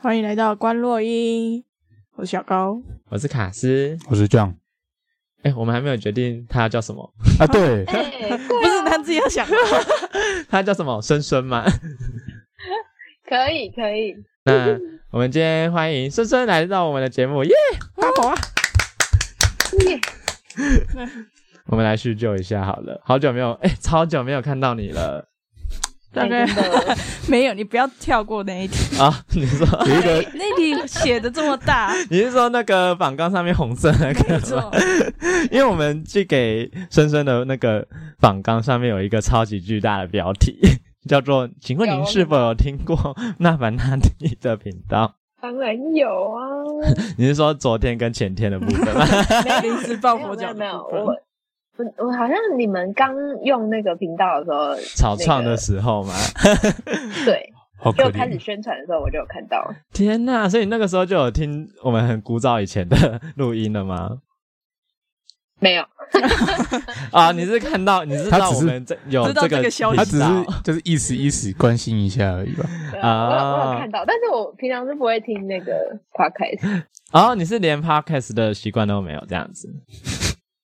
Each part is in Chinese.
欢迎来到关洛音，我是小高。我是卡斯。我是 John 哎、我们还没有决定他叫什么， 啊，对，哎，不是他自己要想，啊他叫什么？深深吗？ 可以可以，那我们今天欢迎深深来到我们的节目，耶！大宝啊！我们来叙旧一下好了，好久没有，哎、超久没有看到你了大概哎真的没有，你不要跳过那一题，啊！你说，有一个那题写的这么大， 你是说那个榜纲上面红色那没个吗？错， 因为我们寄给深深的那个榜纲上面有一个超级巨大的标题， 叫做“请问您是否有听过纳凡纳蒂的频道当然有啊，”？你是说昨天跟前天的部分吗？ 临时抱没有佛没脚有的没有，部分我我我好像你们刚用那个频道的时候，草创的时候吗？对， 好就可开始怜，宣传的时候我就有看到，天呐！所以那个时候就有听我们很古早以前的录音 了吗？没有，啊，你是看到你是知他道只我是们这有 知道这个个消息他只频道是就是一时一时关心一下而已 吧。对啊啊我有我有看到，但是我平常是不会听那个 podcast，哦，你是连 podcast 的习惯都没有这样子？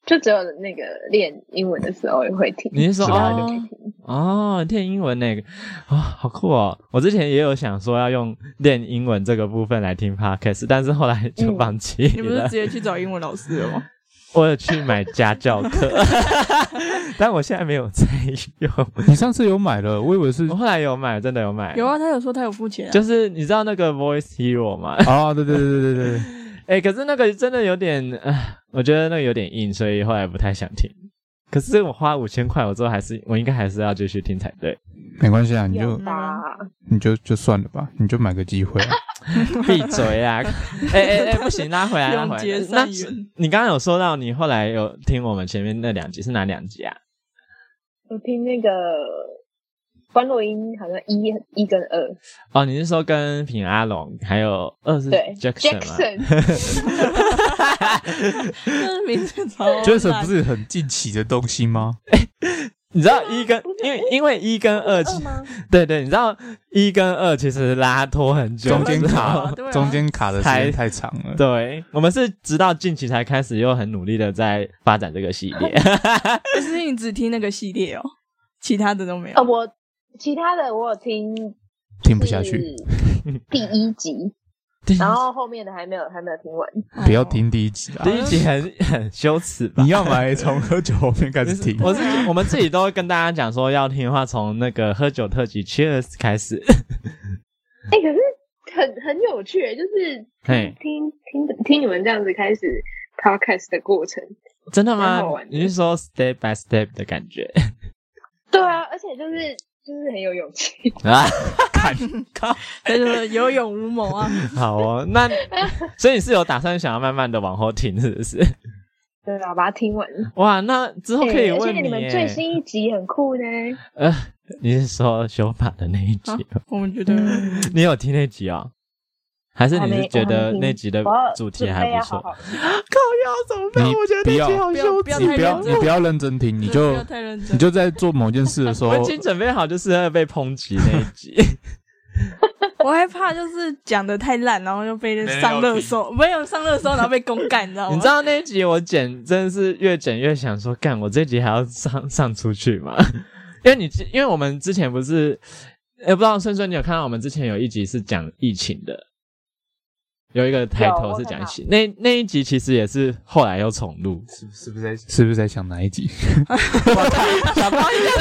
就只有那个练英文的时候也会听，你是说其啊他的就哦没听，哦，练英文那个啊、好酷哦！我之前也有想说要用练英文这个部分来听 podcast，但是后来就嗯放弃你不是了。直接去找英文老师了吗？我有去买家教课， 但我现在没有在用。你上次有买了，我以为是哦我后来有买，真的有买。 有啊，他有说他有付 钱啊，就是你知道那个 Voice Hero 吗？啊，对对对对对 对，哎、可是那个真的有点，唉我觉得那个有点硬，所以后来不太想听。可是我花五千块，我之后还是我应该还是要继续听才对。没关系啊，你有就吧？你就就算了吧，你就买个机会 啊。闭嘴啦！哎哎哎，不行，拉回来，拉永回结来。那善缘。你刚刚有说到你后来有听我们前面那两集是哪两集啊？我听那个关洛音好像一一跟二，哦，你是说跟品阿龙还有二是对 Jackson 吗？这名字超烂 Jason 不是很近期的东 西吗？你知道一跟因为因为一跟二，二吗？对对，你知道一跟二其实拉拖很久，中间你知道吗卡对啊，中间卡的时才间太长 了。对，我们是直到近期才开始又很努力的在发展这个系列。就是你只听那个系列哦，其他的都没呃，有。我其他的我有听，听不下去，，第一集，然后后面的还没有还没有听完，哎不要听第一集 啊哎第！一集很很羞耻吧你？要买从喝酒后面开始 听，我是我们自己都会跟大家讲说，要听的话从那个喝酒特辑 Cheers 开始。哎、可是很很有趣耶，就是嘿，听听听你们这样子开始 podcast 的过程。 真的蛮吗好？玩的你是说 step by step 的感觉对啊，而且就是就是很有勇气， 啊？他就说有勇无谋啊，好哦， 那所以你是有打算想要慢慢的往后听，是不是？对啊，把它听完。哇，那之后可以哎而问欸且你们耶最新一集很酷呢，呃，你是说修法的那一集吗？我们觉得 你有听那集啊、哦？还嗯是我还你啊没是觉我还得没听那集的我要主题准备还要不错？好好靠腰怎么办？你我觉得那集好不要羞不要耻。你太不要认你真，不要认真听，你不就要太认真，你就在做某件事的时候我已，经准备好就是要被抨击那一 集。我还怕就是讲的太烂，然后又被人上热搜，没有上热搜，然后被公干，你啊知道吗？你知道那一集我剪真的是越剪越想说，干我这集还要上上出去吗？因为你因为我们之前不是，也不知道孙孙你有看到我们之前有一集是讲疫情的，有一个抬头是讲疫情，那那一集其实也是后来又重录，是是不是在是不是在想哪一集？ 我知道，我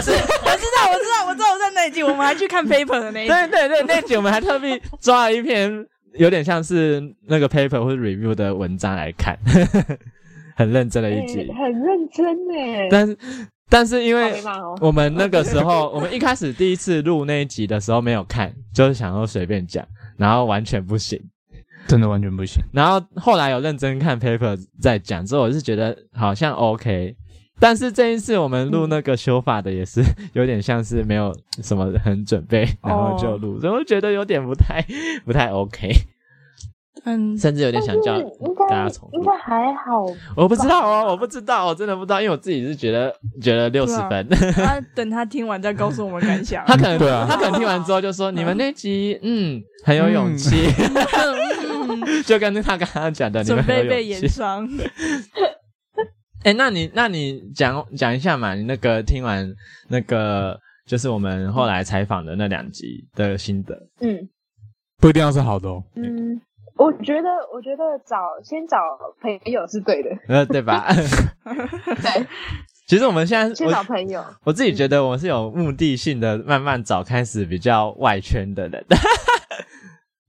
知道，我知道，我在那一集，我们还去看 paper 的那一集， 对对对，那集我们还特地抓了一篇有点像是那个 paper 或者 review 的文章来看，很认真的一集哎，很认真呢。但是但是因好为没办法哦，我们那个时候，我们一开始第一次录那一集的时候没有看，就是想说随便讲，然后完全不行。真的完全不行。然后后来有认真看 paper 再讲之后，我是觉得好像 OK。但是这一次我们录那个修法的也是 有点像是没有什么哦 很准备，然后就录，所以我觉得有点不太不太 OK。嗯，甚至有点想叫但是应该大家重应录该。还好，我不知道哦，我不知道，我真的不知道，因为我自己是觉得觉得六十对啊分，他等他听完再告诉我们感想。 他可能对啊他可能听完之后就说你们那集嗯很有勇气，嗯 就跟他刚刚讲的你们准很有备被勇延气。伤。哎、那你那你讲讲一下嘛，你那个听完那个就是我们后来采访的那两集的心得，嗯。不一定要是好的哦。嗯，我觉得，我觉得找先找朋友是对 的，呃，对吧？对，其实我们现在先找我朋友。我自己觉得我是有目的性的，慢慢找开始比较外圈的人，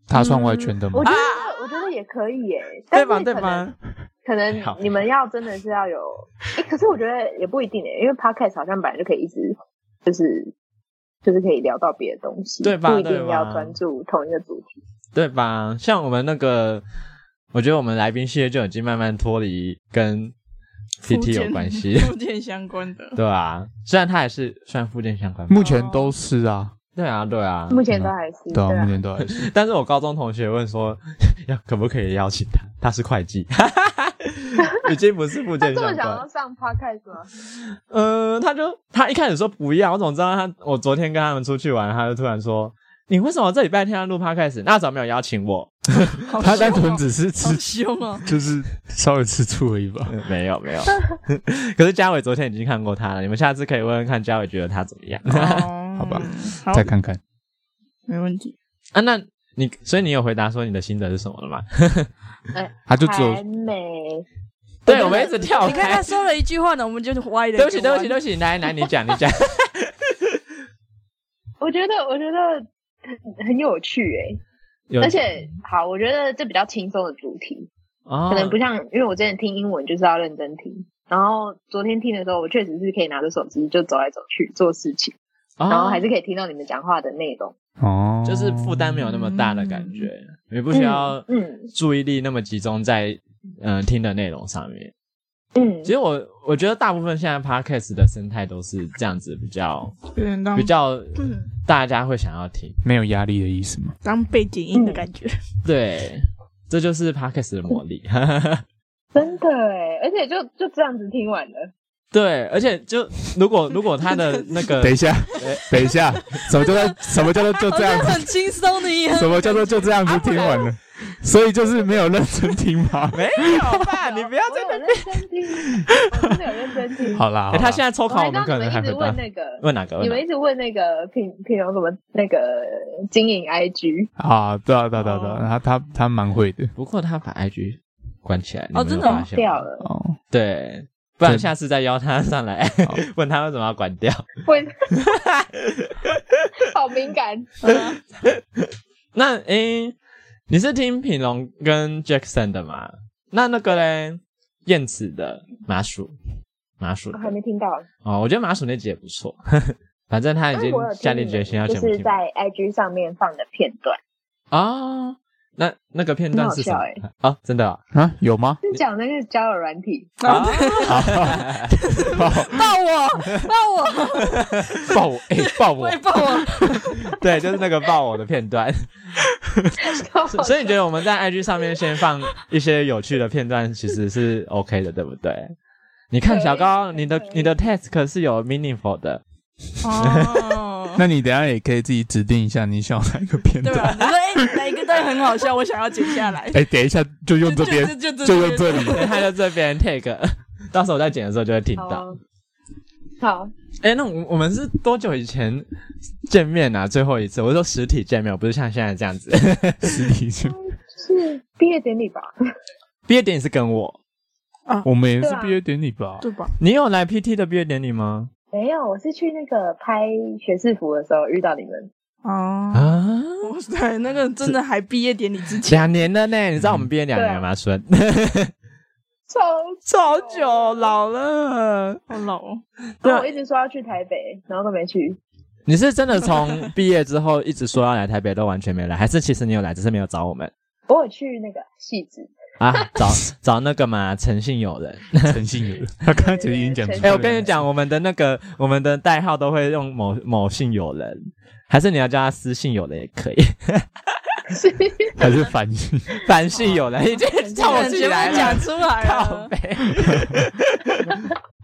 他算外圈的吗我？觉得，我觉得也可以耶，但啊对是吧？哎可对能吧？可好能你们要真的是要有，哎，可是我觉得也不一定诶，因为 podcast 好像本来就可以一直就是就是可以聊到别的东西，对吧不一对定吧要专注同一个主题。对吧？像我们那个，我觉得我们来宾系列就已经慢慢脱离跟 TT 有关系， 附件相关的。对啊，虽然它也是算附件相关吧，目前都是啊，对啊，对啊。目前都还是对啊，啊目前都还 是。但是我高中同学问说， 要可不可以邀请他？他是会计， 已经不是附他件这么相想要关。上 podcast 吗？呃，他就他一开始说不要，我怎么知道他？我昨天跟他们出去玩，他就突然说。你为什么这礼拜天要录 podcast？那怎么没有邀请我？ 好 他单凶纯哦只是好吃，凶哦！就是稍微吃醋而已吧。嗯没有没 有。可是嘉伟昨天已经看过他了，你们下次可以问问看嘉伟觉得他怎么样好好吧，好，再看看，没问题。啊？那你所以你有回答说你的心得是什么了吗？他就只还有没，对，我们一直跳你看他开。说了一句话呢，我们就歪了一个对弯。不起对不起对不起，来来你讲你 讲。我觉得，我觉得很很有趣诶，有而且好，我觉得这比较轻松的主题，哦可能不像，因为我之前听英文就是要认真听，然后昨天听的时候，我确实是可以拿着手机就走来走去做事情，哦然后还是可以听到你们讲话的内容。哦，就是负担没有那么大的感觉，也不需要嗯注意力那么集中在嗯、呃听的内容上面。嗯其，实我我觉得大部分现在 podcast 的生态都是这样子，比较有点当比较嗯大家会想要听。没有压力的意思吗？当背景音的感觉。对，这就是 podcast 的魔力。 真的诶，而且就就这样子听完了，对，而且就如果如果他的那个等一下， 等一下，什么叫做什么叫做就好这像 样子？很轻松的一样。什么叫做就这样子听完了？所以就是没有认真听吗？没有吧？啊你不要我再有认真听，我真的有认真听。好啦，好啊欸啦他现在抽我考，我还们刚可刚能你还们一回直答问。那个，问哪个？问你哪们个？一直问那个品品荣什么那个经营 IG，啊，对啊，对啊，对啊，对啊，他他他蛮会的不过他把 IG 关起来，你哦们真有的发哦现吗掉了，哦。对，不然对下次再邀他上来， 问他为什么要关掉。会 好敏感。嗯那诶、你是听品龙跟 Jackson 的吗？那那个嘞，燕子的麻薯，麻薯我还没听到，哦，我觉得麻薯那集也不错， 反正他已经但我有听下定你决心要就全部是听完在 IG 上面放的片段，哦。那那个片段是什么 很？欸哦，真的哦啊，有吗？是讲那个交友软 体，啊，抱我，抱我，抱我，哎，抱我 喂，，抱我，对，就是那个抱我的片段。 所所以你觉得我们在 IG 上面先放一些有趣的片段，其实是 OK 的，对不对？你看对小高，你的可以你的 task 是有 meaningful 的，哦，那你等一下也可以自己指定一下你想要哪一个片对段。吧？你说哎，哪一个段很好笑，我想要剪下来。哎，等一下就用这边，就就就用这里。对，他就这边 take，到 时候我在剪的时候就会听好到。啊好，哎、那我我们是多久以前见面啊？最后一次，我说实体见面，我不是像现在这样子。 实体就是毕业典礼吧？毕业典礼是跟我，我们也对是啊毕业典礼吧？对吧？你有来 PT 的毕业典礼吗？没有，我是去那个拍学士服的时候遇到你们，哦，啊，哇塞，那个真的还毕业典礼之前，两年了呢，你知道我们毕业两年吗？孙， 超超久，老了。好老哦。对啊我一直说要去台北，然后都没去。你是真的从毕业之后一直说要来台北，都完全没来，还是其实你有来，只是没有找我们我有去那个戏子， 啊？找 找那个嘛，诚信友人。诚信有，他刚才其实已经讲出来了。哎、我跟你讲，我们的那个我们的代号都会用某某信友人，还是你要叫他私信友人也可以。是还是反省？ 凡是有哦了，已经叫我自己来了讲，出来靠了。背。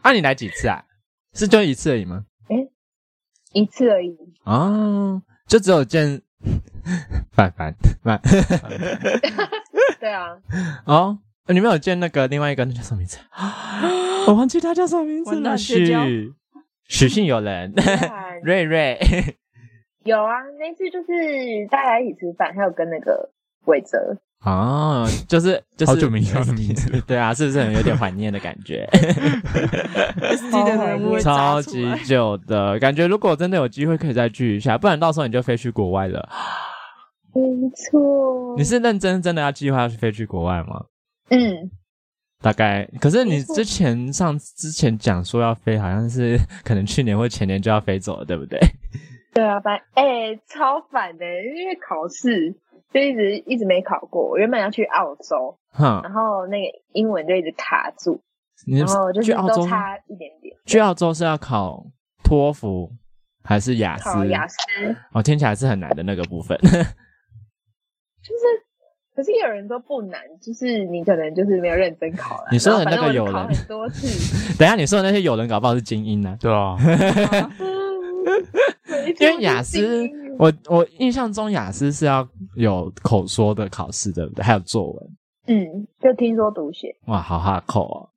啊，你来几次啊？是就一次而已吗？一次而已。哦，就只有见凡凡凡 对啊，哦，你没有见那个另外一个，那叫什 么名字？我忘记他叫什么名字完了。蛋绝交许许姓友人， 看瑞瑞，有啊，那次就是大家一起吃饭，还有跟那个伟哲，哦， 就是就是好久没叫的名字了 对啊，是不是很有点怀念的感 觉？ SD 的人物会超炸出来级久的感觉，如果真的有机会可以再聚一下，不然到时候你就飞去国外了。没错。你是认真真的要计划要去飞去国外吗？嗯，大概，可是你没错之前上之前讲说要飞，好像是可能去年或前年就要飞走了，对不对？ 对啊，反哎、超烦的，因为考试就一直一直没考过。我原本要去澳洲，哼，然后那个英文就一直卡住，你然后哦就是去澳都洲差一点点。去澳洲是要考托福还是雅思？考雅思，哦，听起来是很难的那个部分。 就是，可是有人说不难，就是你可能就是没有认真考啦。你说的那个然后有人反正我就考很多 次，等一下你说的那些友人搞不好是精英呢、对啊， 因为雅思，我我印象中雅思是要有口说的考试，对不对？还有作文。嗯，就听说读写，哇，好哈扣哦，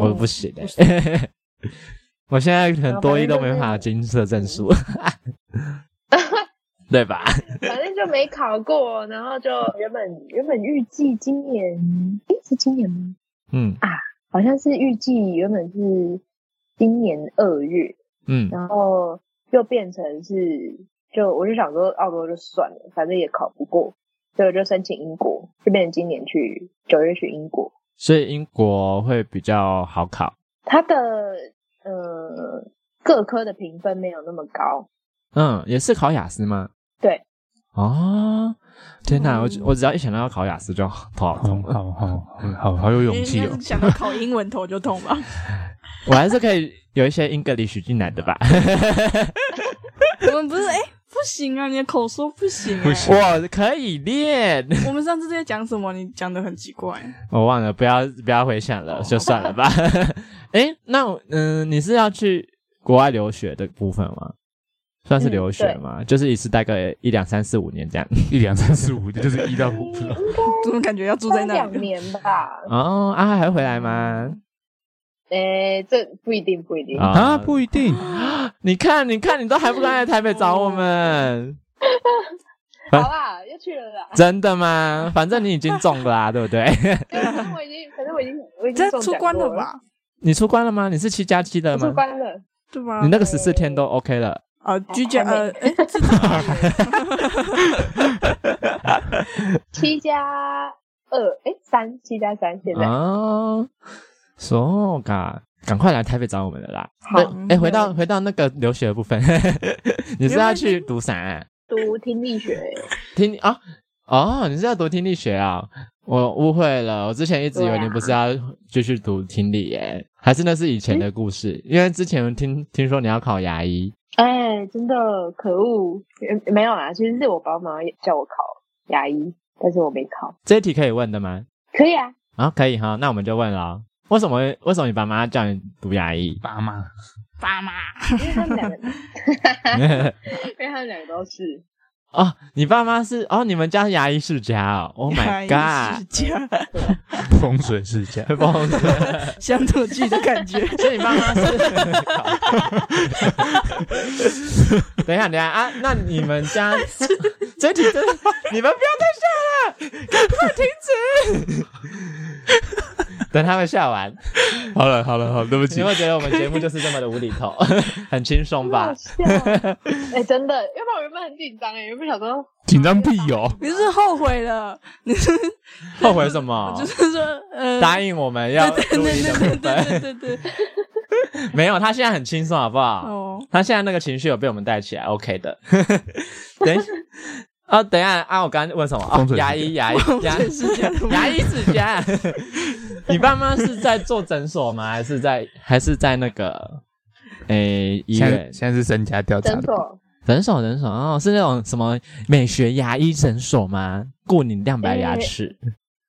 我不行不哎、 我现在可能多一都没办法金色证书， 对吧？反正就没考过，然后就原本原本预计今年，诶，是今年吗？嗯好像是预计原本是今年二月，嗯，然后又变成是，就我就想说澳洲就算了，反正也考不过，所以我就申请英国，就变成今年去九月去英国。所以英国会比较好考。它的呃各科的评分没有那么高，嗯，也是考雅思吗？对。哦，天哪！我嗯我只要一想到要考雅思，就好头好好痛。好好好好有勇应气该哦是！想到考英文头就痛吧？我还是可以有一些 English 进来的吧。我们不是哎、不行啊，你的口说不行、欸，不 行我可以练，我们上次在讲什么？你讲的很奇怪。我忘了，不要不要回想哦了，就算了吧。 哎、那我嗯、你是要去国外留学的部分吗？算嗯是留学吗？就是一次大概一两三四五年这 样。一两三四五，就是一到五，怎么感觉要嗯 住在三那两里？年吧， 哦，啊，还会回来吗？诶、这不一定，不一定。啊，不一定。？你看，你看，你都还不敢来台北找我们，好哎啦，又去了啦。 真的吗？反正你已经中了啊，对不对？反正我已经，反正我已经，我已这经中出奖关过了了？吧？你出关了吗？你是七加七的我吗出？关了，啊对吧？你那个十四天都 OK 了，呃居家还呃哎、是 七加二，诶，三，七加三，现在、哦，so 嘎，赶快来台北找我们了啦！好哎、诶回到回到那个留学的部分， 你是要去读啥、读听力学，听啊？哦，你是要读听力学啊？我误会了，我之前一直以为对啊你不是要继续读听力耶、还是那是以前的故事？因为之前听听说你要考牙医，哎、真的可恶，呃没有啦，其实是我爸妈叫我考牙医，但是我没考。这一题可以问的吗？可以啊，啊，可以哈，那我们就问了哦。为什么会为什么你爸妈叫你读牙医爸妈，爸妈，因为他们两个，因为他们两个都是，哦，你爸妈是哦，你们家是牙医世家哦，Oh my 呀 god，世家风水世家，崩溃！乡土剧的感觉。所以你爸妈是。 等一下，等一下啊！那你们 家这题真的，你们不要再笑了，赶快停止。等他们笑完，好了好了好，对不你起，会觉得我们节目就是这么的无厘头， 很轻松很好吧？笑。哎、真的，要不然我原本很紧张哎，原本想说紧张屁哦！ 你是不是后悔了？你是后悔什么就？是说呃，答应我们要对录对音的对对部对分，对对对没有，他现在很轻松，好不好？哦，他现在那个情绪有被我们带起来，OK 的。 等一下啊，等一下啊，我刚刚问什么？哦风，水牙世医， 牙医，牙这是这样的牙医世家。 你爸妈是在做诊所吗？还是在还是在那个诶、医现在院？现在是身家调查诊，所诊所诊所哦，是那种什么美学牙医诊所吗？顾你亮白牙诶齿、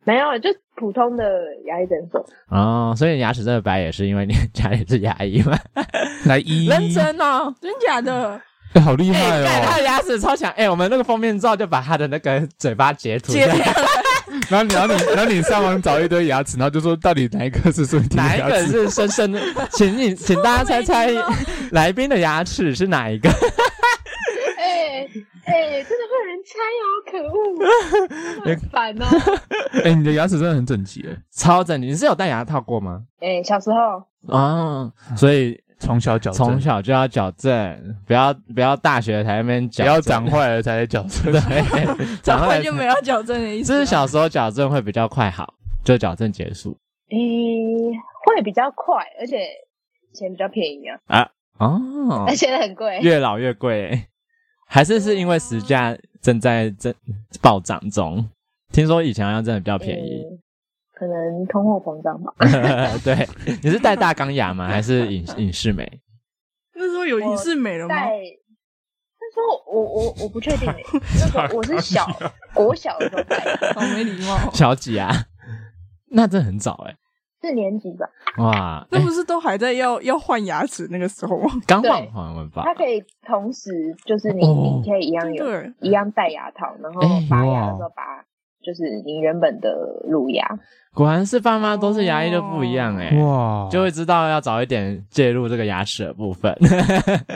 没有，就普通的牙医诊所。哦，所以牙齿这么白也是因为你家里是牙医吗？来一，认真哦，啊真假的？哎好厉哎、害干他哦！的牙齿超强，哎、我们那个封面照就把他的那个嘴巴截图下姐来， 然后你，然后你，然后你上网找一堆牙齿，然后就说到底哪一个是最低 哪的一牙个齿？是深深的？ 请你，请大家猜猜我没 来宾的牙齿是哪一个？ 哎哎，真的会有人猜哦，可恶，真的很烦哦。 哎，你的牙齿真的很整齐，哎，超整齐，你是有戴牙套过吗？哎，小时候啊，所以从小矫正从小就要矫正，不要不要大学才在那边不矫正，要长坏了才来矫 正。对，长早坏就没有矫正的意思只是啊。小时候矫正会比较快好，就矫正结束哎会比较快，而且钱比较便宜啊，哦而，且很贵。越老越贵欸，还是是因为时价正在正暴涨中。听说以前好像真的比较便宜，嗯可能通货膨胀吧。 对，你是戴大钢牙吗？还 是隐隐适美？那时候有隐适美了吗？在那时候我我我不确 定、欸，那时候我是小国小的时候戴的，好哦没礼貌， 小几啊？那真的很早哎、四年级吧，哇，欸那哎不是都还在要要换牙齿那个时候 吗？刚对换完了吧？它可以同时就是你、哦你可以一样真有的，一样戴牙套，然后哎拔牙的哇时候拔就是你原本的乳牙，果然是爸妈都是牙医就不一样哎、哦哇，就会知道要早一点介入这个牙齿的部分，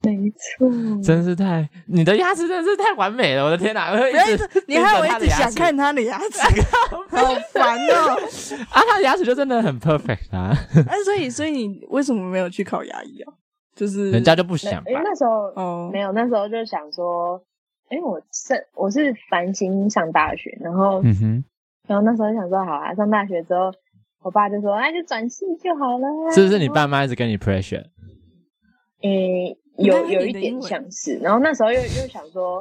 没错，真是太你的牙齿真是太完美了，我的天哪！我会不要一一直直，你害我盯着他一的直牙想齿看他的牙 齿，好烦哦。啊，他的牙齿就真的很 perfect 啊，哎，所以所以你为什么没有去考牙医啊？就是人家就不想那因为吧？哎那时候哦没有，那时候就想说，哎、我是我是繁星上大学，然后嗯哼，然后那时候就想说，好啊，上大学之后，我爸就说，那就转系就好了。是不是你然后？爸妈一直跟你 pressure？诶、那有你有的一英点文像是。然后那时候又又想说，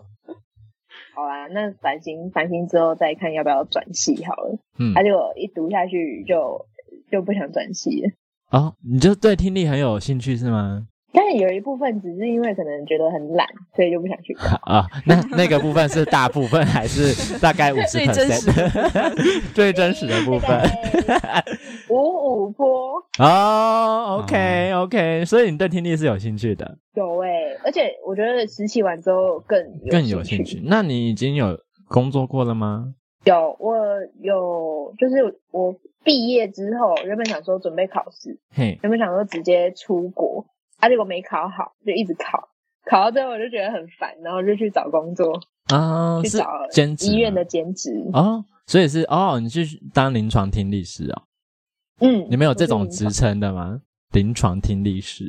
好啦，那繁星繁星之后再看要不要转系好了。嗯他、，就一读下去就就不想转系了。哦，你就对听力很有兴趣是吗？但是有一部分只是因为可能觉得很懒，所以就不想去考。啊，那那个部分是大部分还是大概五十最真实 最真实的部分？大概 五五坡哦，OK OK，所以你对听力是有兴趣的，有诶、而且我觉得实习完之后更更有兴兴趣。那你已经有工作过了吗？有，我有，就是我毕业之后，原本想说准备考试，嘿，原本想说直接出国，啊，结果没考好，就一直考，考到最后我就觉得很烦，然后就去找工作，啊，去是找兼职医院吗的兼职。哦，所以是哦，你去当临床听力师哦，嗯，你们有这我种是临职床？称的吗？临床听力师，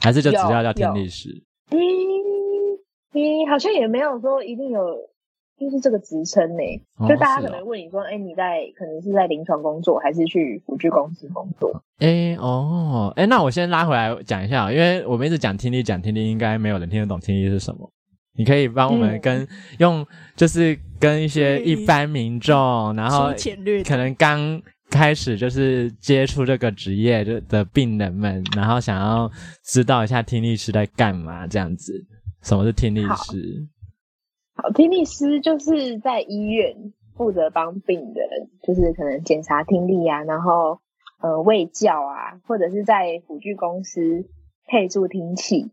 还是就只有要叫听有力师？咦咦，好像也没有说一定有。就是这个职称呢、哦就大家是可能哦问你说，哎、你在可能是在临床工作，还是去辅具公司工作？诶，哦，诶，那我先拉回来讲一下，因为我们一直讲听力，讲听力，应该没有人听得懂听力是什么。你可以帮我们嗯跟、用，就是跟一些嗯一般民众，然后粗浅略懂可能刚开始就是接触这个职业的的病人们，然后想要知道一下听力师在干嘛，这样子，什么是听力师？好，听力师就是在医院负责帮病人，就是可能检查听力啊，然后呃喂教啊，或者是在辅具公司配助听器，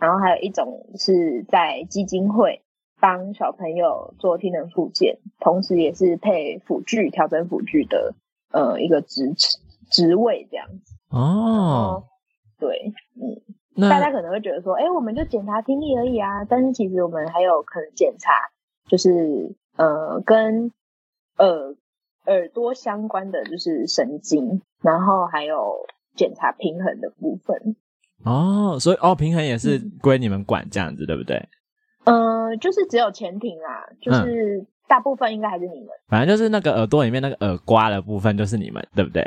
然后还有一种是在基金会帮小朋友做听能复健，同时也是配辅具调整辅具的呃一个职职位这样子。哦，，对，大那家可能会觉得说，哎、我们就检查听力而已啊，但是其实我们还有可能检查，就是呃跟耳耳朵相关的就是神经，然后还有检查平衡的部分。哦，所以哦，平衡也是嗯归你们管这样子，对不对？呃，就是只有前庭啦，嗯就是大部分应该还是你们。反正就是那个耳朵里面那个耳刮的部分，就是你们，对不对？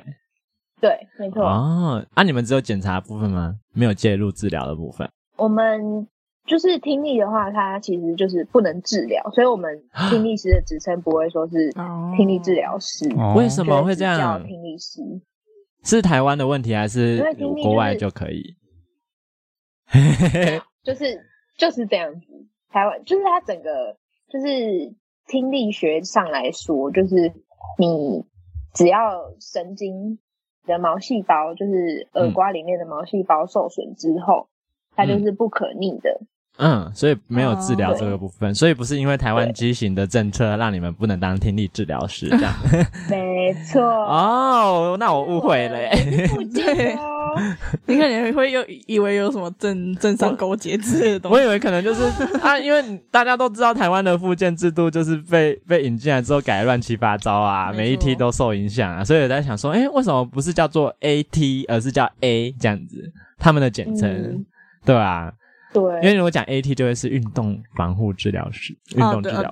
对，没错，哦，啊，你们只有检查部分吗？没有介入治疗的部分？我们。就是听力的话，它其实就是不能治疗，所以我们听力师的职称不会说是哦听力治疗师，哦为什么会这嗯就样只叫？听力师，是台湾的问题还是因为听力就是国外就可以？就是就是这样子。台湾就是它整个就是听力学上来说，就是你只要神经的毛细胞，就是耳瓜里面的毛细胞受损之后，它就是不可逆的。嗯，所以没有治疗哦这个部分，所以不是因为台湾对畸形的政策让你们不能当听力治疗师这样。没错，哦，那我误会了欸。不对哦，你可能会又以为有什么正正上勾结之类的东我西。以为可能就是 啊，因为大家都知道台湾的复健制度就是被被引进来之后改得乱七八糟啊，没错每一梯都受影响啊，所以我在想说，哎、为什么不是叫做 AT，而是叫 A 这样子，他们的简称，嗯对吧、因对，为如果讲 AT 就会是运动防护治疗师，运啊动治对疗啊师，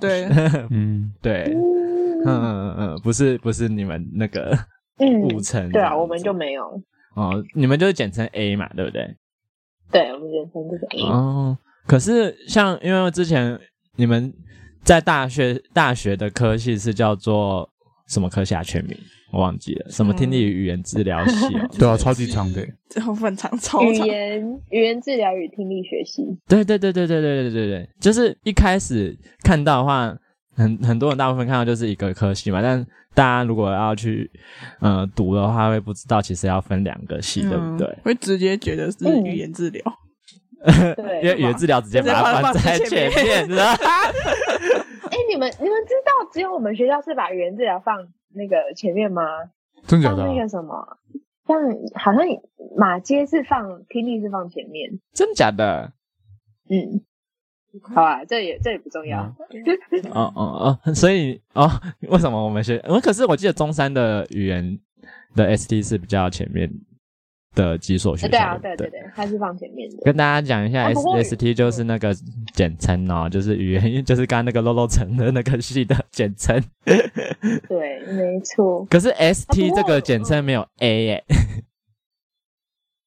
对嗯，。对，嗯嗯嗯嗯嗯，不是不是你们那个误嗯，称这对样子，啊，我们就没有，哦，你们就是简称 A 嘛，对不对？对我们人生就是 A，、哦，可是像因为之前你们在大学大学的科系是叫做什么科系啊？全名我忘记了，什么听力与语言治疗系哦 对啊，超级长的， 这种粉肠超语长，言语言治疗与听力 学习，对对对对对对对对对，就是一开始看到的话，很很多人大部分看到就是一个科系嘛，但大家如果要去呃读的话，会不知道其实要分两个系，对不嗯对？会直接觉得是语言治疗。对，因为语言治疗直接把它放在前面，然后哎、你们你们知道，只有我们学校是把语言治疗放那个前面吗？真假放的啊？那个什么，像好像马街是放听力是放前面，真假的？嗯，好啊，这也这也不重要，嗯哦哦哦，所以哦，为什么我们学？我可是我记得中山的语言的 ST 是比较前面的几所学校。哎对啊，对对对。对，它是放前面的，跟大家讲一下啊，S 不过 S T 就是那个简称哦，就是语言，就是刚刚那个漏漏层的那个系的简称。对，没错。可是 S 啊 T 不这过嗯个简称没有 A 耶、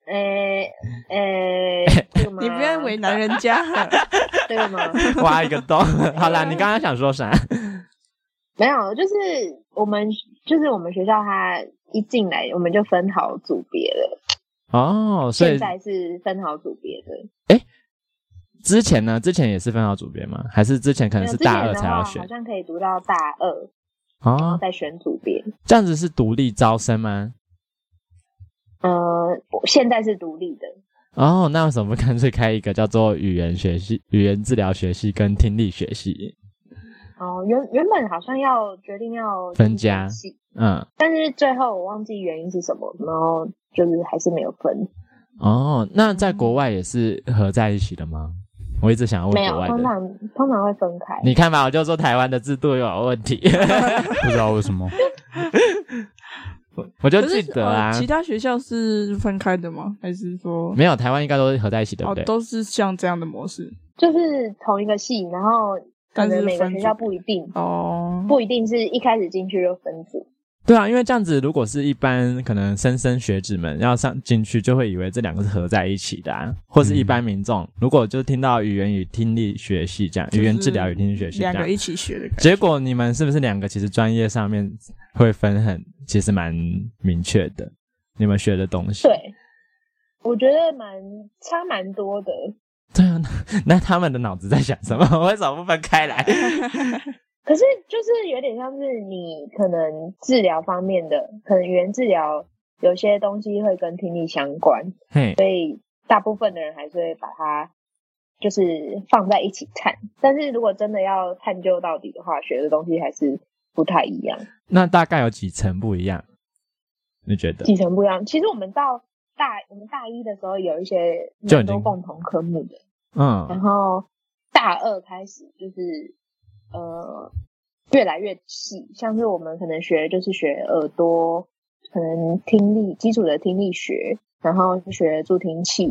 诶诶，哎这个吗你不要为难人家， 这个吗？ 挖一个洞。好啦，你刚刚想说啥？没有，就是我们就是我们学校，它一进来我们就分好组别了，哦，所以现在是分好组别的。之前呢，之前也是分好组别吗？还是之前可没能有是之大前二的才话，要好选？像可以读到大二，然后哦，再选组别。这样子是独立招生吗？呃，我现在是独立的，哦，那为什么不干脆开一个叫做语言学系、语言治疗学系跟听力学系？然后哦原原本好像要决定要分家就是转系嗯，但是最后我忘记原因是什么，然后就是还是没有分，哦，那在国外也是合在一起的吗？我一直想要没问有国，外通哦的。常通常会分开。你看吧，我就说台湾的制度又有问题， 不知道为什么，我就可记 是得啊呃，其他学校是分开的吗？还是说没有台湾应该都是合在一起，对不哦对？都是像这样的模式？就是同一个系，然后可但是能每个分学组校不一定，哦，不一定是一开始进去就分组。对啊，因为这样子，如果是一般可能莘莘学子们要上进去，就会以为这两个是合在一起的、啊，或嗯是一般民众、如果就听到语言与听力学系这样，就是语言治疗与听力学系这两样个，一起学的感觉。结果你们是不是两个其实专业上面会分很，其实蛮明确的，你们学的东西。对，我觉得蛮差蛮多的。对啊，那那 他们的脑子在想什么？ 为什么不分开来？可是就是有点像是你可能治疗方面的，可能语言治疗有些东西会跟听力相关，嘿，所以大部分的人还是会把它就是放在一起看。但是如果真的要探究到底的话，学的东西还是不太一样，那大概有几层不一样？你觉得？几成不一样。其实我们到大我们大一的时候有一些就蛮已经多共同科目的，然嗯，后大二开始就是呃越来越细，像是我们可能学就是学耳朵，可能听力基础的听力学，然后是学助听器，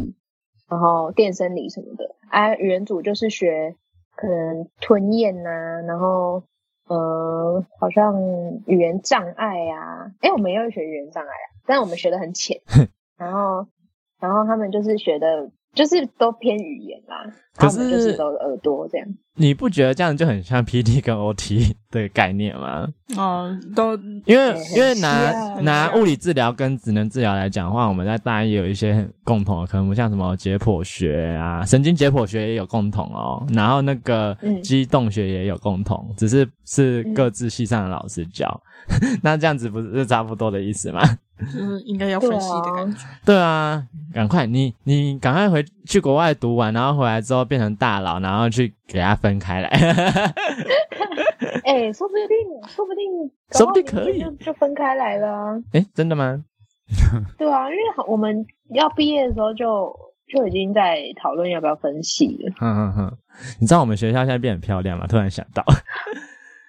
然后电生理什么的。啊，语言组就是学可能吞咽呐、啊然后。呃，好像语言障碍啊，哎，我们也 有学语言障碍啊，但我们学的很浅。然后，然后他们就是学的就是都偏语言啦。可然后我们就是是都耳朵这样。你不觉得这样就很像 PT 跟 OT 的概念吗？哦，都因为对因为像拿很拿像物理治疗跟职能治疗来讲的话，我们在大一有一些很共同的科目，像什么解剖学啊、神经解剖学也有共同哦，然后那个嗯肌动学也有共同，只是是各自系上的老师 教。那这样子不是差不多的意思吗？就是应该要分析的感觉。对啊，赶快你你赶快回去国外读完，然后回来之后变成大佬，然后去给他分开来。 哎、说不定，说不定， 说不定可以搞不好明天就就分开来了啊。诶，真的吗？ 对啊，因为我们要毕业的时候就就已经在讨论要不要分系了。哼哼哼，你知道我们学校现在变很漂亮吗？突然想到。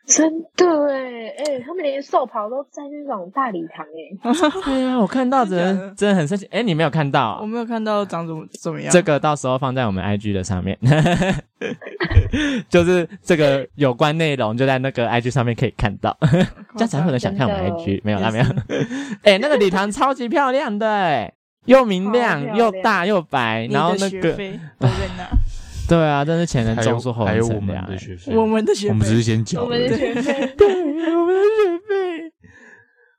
真的哎、哎、他们连寿袍都在那种大礼堂哎、 对啊呀、我看到真真的假的的真的很生气。哎、你没有看到啊、我没有看到长怎么怎么样。这个到时候放在我们 IG 的上面， 就是这个有关内容就在那 个 IG 上面可以看到，哦这样才会有人想看我们真的 IG。没有啦，没也有 是。哎、那个礼堂超级漂亮的、哎又明超漂亮亮又大又白，你然后的那学个费都在 那，对啊，真是前人还有种树后还人有我乘们凉、的哎学费，我们的学我们只是费先缴我而们已，的学费 对，我们的学费。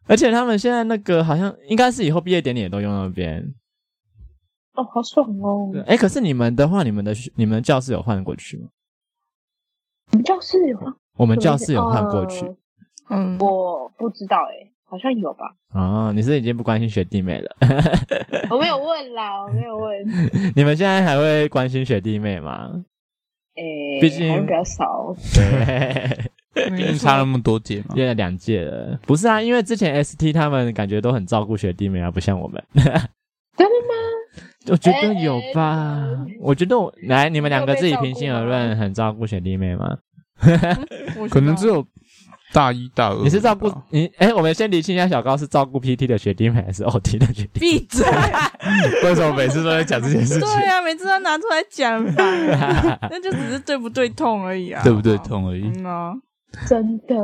而且他们现在那个好像应该是以后毕业典礼也都用那边，哦，好爽哦！对，哎，可是你们的话，你们的学你们教室有换过去吗？我们教室有吗？我们教室有换过去呃 嗯，我不知道哎、好像有吧？哦，你是已经不关心学弟妹了？ 我没有问啦，我没有问。你们现在还会关心学弟妹吗？哎、毕竟好像比较少。 对，毕没竟差那错，么多届嘛。约了两届了，不是啊？因为之前 ST 他们感觉都很照顾学弟妹啊，不像我们。真的吗？ 我觉得有吧哎哎，我觉得我来，你们两个自己平心而你有被照论，很照顾学弟妹吗？我可能只知道有大一、大二，你是照顾吧你？哎，我们先理清一下，小高是照顾 PT 的学弟妹还是 OT 的学弟妹？闭嘴。为什么每次都在讲这件事情？啊对啊，每次都拿出来讲吧， 那就只是对不对痛而已啊，对不对？痛而已。嗯啊，真的，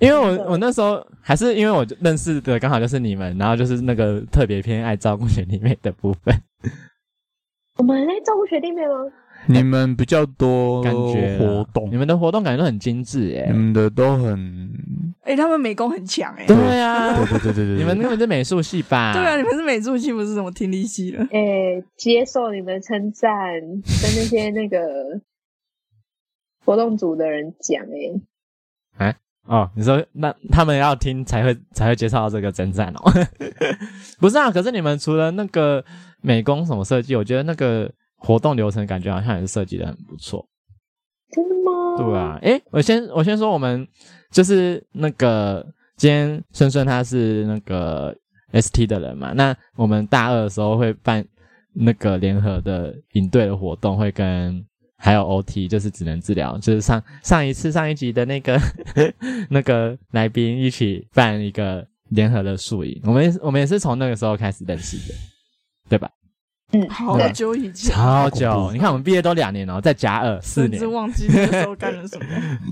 因为我我那时候还是因为我认识的刚好就是你们，然后就是那个特别偏爱照顾学弟妹的部 分，我们在照顾学弟妹吗？你们比较多感觉啦啊活你动，嗯们的活动感觉都很精致耶你。们的都很，哎，他们美工很强哎，对啊，对对对对对，对你们根本是美术系吧？对啊，你们是美术系，不是什么听力系了。哎、接受你们称赞，跟那些那个活动组的人讲哎、哦，你说那他们要听才会才会接触到这个征战哦， 不是啊？可是你们除了那个美工什么设计，我觉得那个活动流程感觉好像也是设计的很不错。真的吗？对啊，诶，我先我先说，我们就是那个今天顺顺他是那个 ST 的人嘛，那我们大二的时候会办那个联合的营队的活动，会跟还有 OT 就是只能治疗，就是上上一次上一集的那个 那个来宾一起办一个联合的宿营，我们也是我们也是从那个时候开始认识的，对吧？嗯，好对久以前，啊超久，你看我们毕业都两年哦了，再加二四甚年至，忘记那时候干了什么。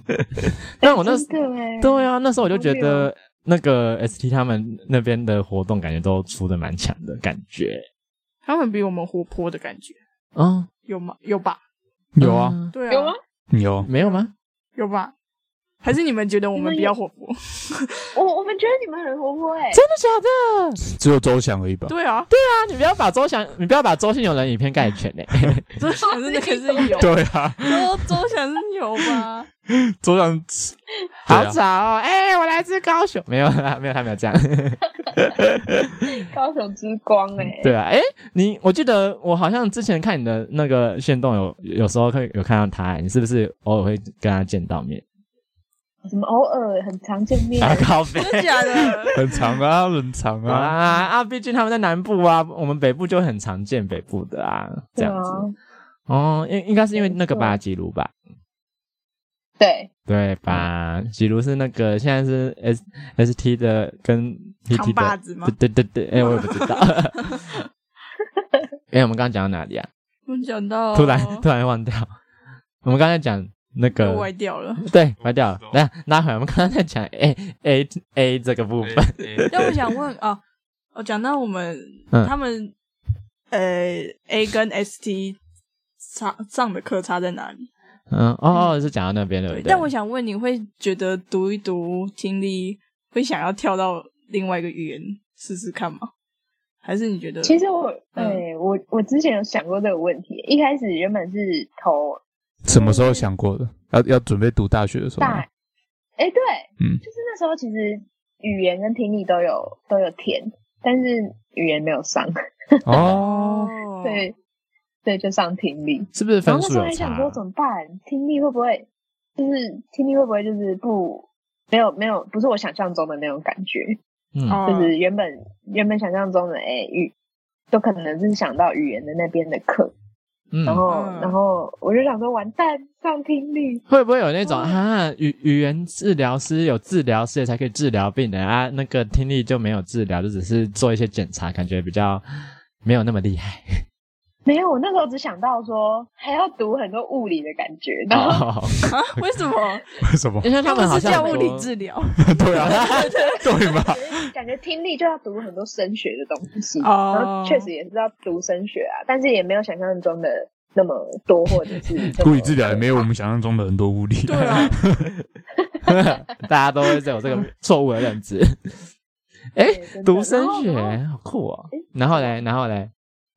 但我那时欸真的哎、对啊，那时候我就觉好久得那个 ST 他们那边的活动感觉都出的蛮强的感觉。他们比我们活泼的感觉，哦，有吗？有吧？有啊，嗯，对啊，有吗？？有没有吗？有吧？还是你们觉得我们比较活泼？我我们觉得你们很活泼哎、真的假的？只有周翔而已吧？对啊，那你不要把周翔，你不要把周信友人以偏概全嘞、周翔是那个是 有，对啊，周周翔是有吗？周翔好对啊吵哦！哎、我来自高雄，没有啦，没有，他没有这样。高手之光哎、对啊，哎、你我记得我好像之前看你的那个线动有，有时候会有看到他、你是不是偶尔会跟他见到面？什么偶尔很常见 面，打咖啡。真的假 的？很长啊，很长啊啊。啊！毕竟他们在南部啊，我们北部就很常见北部的啊，这对样啊子。，哦，应应该是因为那个吧，没吉鲁吧，对，对吧？吉鲁是那个现在是 S S T 的跟 P T 扛把的，子吗？对对对对，哎、我也不知道。哎、我们刚刚讲到哪里啊？我讲到突然、突然忘掉，我们刚才讲那又个歪。掉了。对，歪掉了我。不知来拉回来，我们刚刚在讲 A A A 这个部分，哦那我想问啊，哦，讲到我们嗯他们呃 A 跟 ST 差上的课差在哪里。嗯，哦哦，是讲到那边对不对？但我想问，你会觉得读一读听力会想要跳到另外一个语言试试看吗？还是你觉得？其实我，嗯哎、我我之前有想过这个问题，一开始原本是投 什么时候想过的？要要准备读大学的时候吗，大，哎、对，嗯就是那时候其实语言跟听力都有都有填，但是语言没有上， 哦， 对，对，就上听力。是不是然分后那数时候有还差想啊？说怎么办，听力会不会就是听力会不会就是不没有没有不是我想象中的那种感觉，嗯，哦，就是原本原本想象中的哎语都可能是想到语言的那边的课，嗯然后、嗯然后我就想说完蛋上听力，会不会有那种啊，语语言治疗师有治疗师才可以治疗病人啊，那个听力就没有治疗，就只是做一些检查，感觉比较没有那么厉害。没有，我那时候只想到说还要读很多物理的感觉，然后哦，啊，为什么？ 为什么？因为他们好是像叫很物多理治疗 对啊，对 吧？感觉听力就要读很多声学的东西，哦然后确实也是要读声学啊，但是也没有想象中的那么多，或者 是这么物理治疗啊也没有我们想象中的很多物理。 对啊，大家都会有这个错误的认知。哎、对真的读声然后然后学好酷哦诶！然后嘞，然后嘞，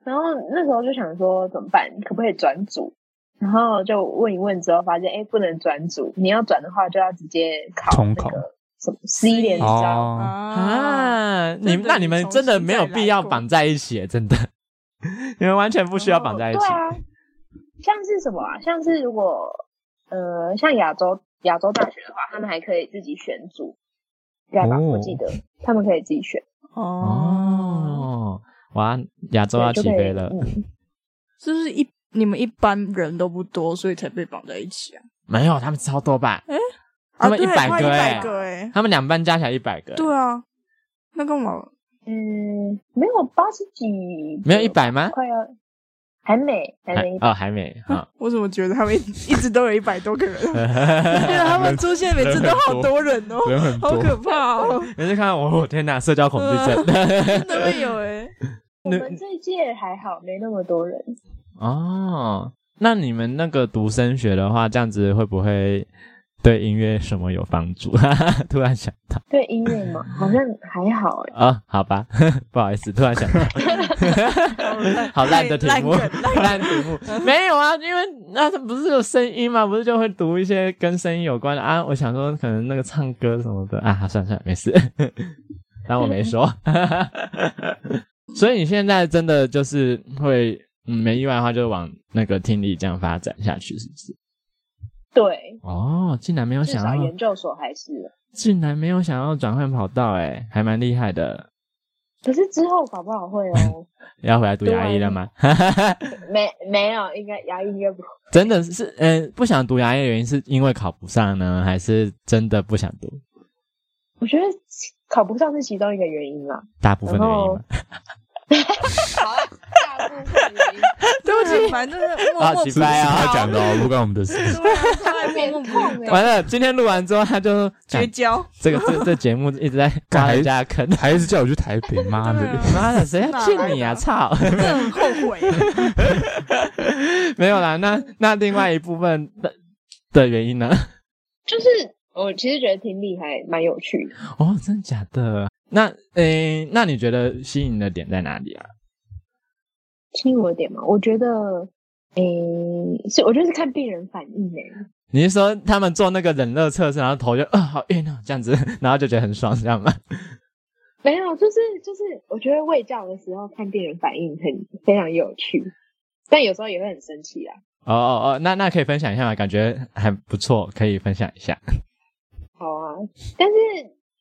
然后那时候就想说怎么办，可不可以转组？然后就问一问之后发现，哎，不能转组，你要转的话就要直接考重那考个什么十一连 招。哦，啊，啊，你真的那你们从真的新没再有来必要过绑在一起耶，真的， 你们完全不需要绑在一起对。啊，像是什么啊？像是如果呃，像亚洲亚洲大学的话，他们还可以自己选组，对啊吧？哦我记得他们可以自己选，啊哦，哦，哇，亚洲对要就起可以飞了，嗯是不是一你们一般人都不多，所以才被绑在一起啊？没有，他们超多 吧？他啊，们对， 100快个欸100个哎，他们两班加起来一百个，对啊，那干嘛？。嗯，没有八十几，没有一，百吗？快要还没，还还没一百。哦，还 没啊我怎么觉得他们一一直都有一百多个人？对啊，他们出现每次都好多人哦，人很好多，可怕 哦，啊人家看到我，我天哪，社交恐惧 症。 真的会有哎。我们这一届还好，没那么多人。哦，那你们那个读声学的话，这样子会不会对音乐什么有帮助？ 突然想到对音乐嘛，好像还好哎、啊、好吧， 不好意思，突 然想到，好烂的题目，烂梗烂梗烂题目，没有啊，因为那不是有声音嘛，不是就会读一些跟声音有关的啊？我想说，可能那个唱歌什么的啊，算了算了，没事， 当我没说。 所以你现在真的就是会，嗯，没意外的话，就往那个听力这样发展下去，是不是？对，哦，竟然没有至想少到，研究所还是。竟然没有想要转换跑道、哎，还蛮厉害的。可是之后搞不好会哦，要回来读啊牙医了吗？ 没没有，应该牙医应该不会。真的是，嗯、不想读牙医的原因是因为考不上呢，还是真的不想读？我觉得考不上是其中一个原因啦。大部分的原因然吗后？好， 大部分 原因。对不起，反正就是默默啊不几掰啊笑他讲的哦，不关我们的事。对啊，他还默 默不没完了，今天录完之后他 就绝讲交。这个这这节目一直在挖人家的 坑，还是叫我去台 北，妈对的啊！妈的，谁要见你啊？ 操！真的很后悔，没有啦，那那另外一部分的的原因呢？就是我其实觉得听力还蛮有趣的，哦，真的假的？那诶、那你觉得吸引的点在哪里啊？吸引我点嘛。我觉得，诶、是我觉得是看病人反应诶、欸你是说他们做那个冷热测试，然后头就啊、好晕啊这样子， 然后就觉得很爽，这样吗？没有，就是就是，我觉得喂教的时候看病人反应很非常有趣，但有时候也会很生气啊。哦哦哦，那那可以分享一下吗？感觉还不错，可以分享一下。好啊，但是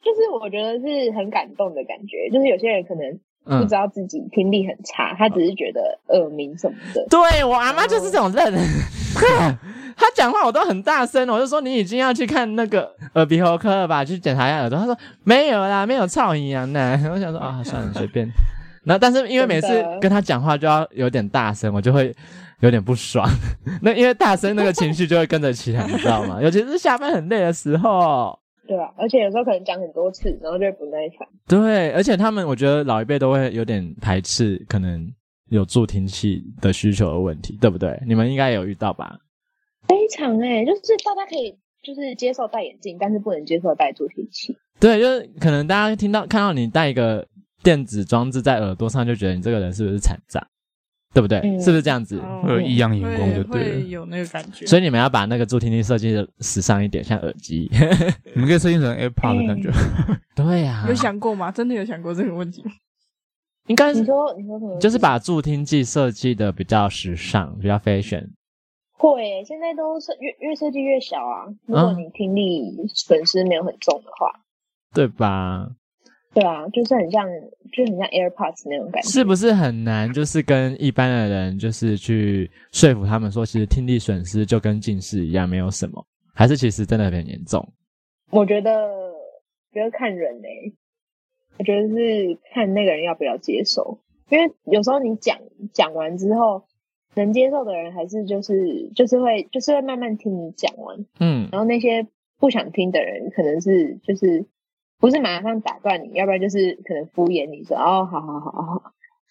就是我觉得是很感动的感觉，就是有些人可能不嗯知，道自己听力很差，他只是觉得耳鸣什么的。对我阿妈就是这种人， 她讲话我都很大声，我就说你已经要去看那个耳鼻喉科了吧，去检查一下耳朵。她说没有啦，没有噪音啊那。我想说啊，算了，随便。然后但是因为每次真的跟她讲话就要有点大声，我就会有点不爽。 那因为大声那个情绪就会跟着起来，你知道吗？尤其是下班很累的时候。对啊，而且有时候可能讲很多次，然后就会不耐烦。对，而且他们我觉得老一辈都会有点排斥，可能有助听器的需求的问题，对不对？你们应该有遇到吧？非常哎、就是大家可以就是接受戴眼镜，但是不能接受戴助听器。对，就是可能大家听到看到你戴一个电子装置在耳朵上，就觉得你这个人是不是残障，对不对？嗯是不是这样子？哦 会有异样眼光会就对会了。有那个感觉。所以你们要把那个助听器设计的时尚一点，像耳机。你们可以设计成 AirPod 的感觉，对呀、有想过吗？真的有想过这个问题吗？ 应该你是说你说什么？就是把助听器设计的比较时尚，比较 fashion。会欸、现在都是越越设计越小啊。如果嗯你听力损失没有很重的话，对吧？对啊，就是很像就很像 AirPods 那 种感觉。是不是很难？就是跟一般的人，就是去说服他们说，其实听力损失就跟近视一样，没有什么，还是其实真的很严重。我觉得觉得看人呢、我觉得是看那个人要不要接受，因为有时候你讲讲完之后，能接受的人还是就是就是会就是会慢慢听你讲完，嗯，然后那些不想听的人可能是就是不是马上打断你，要不然就是可能敷衍你说哦，好好好好，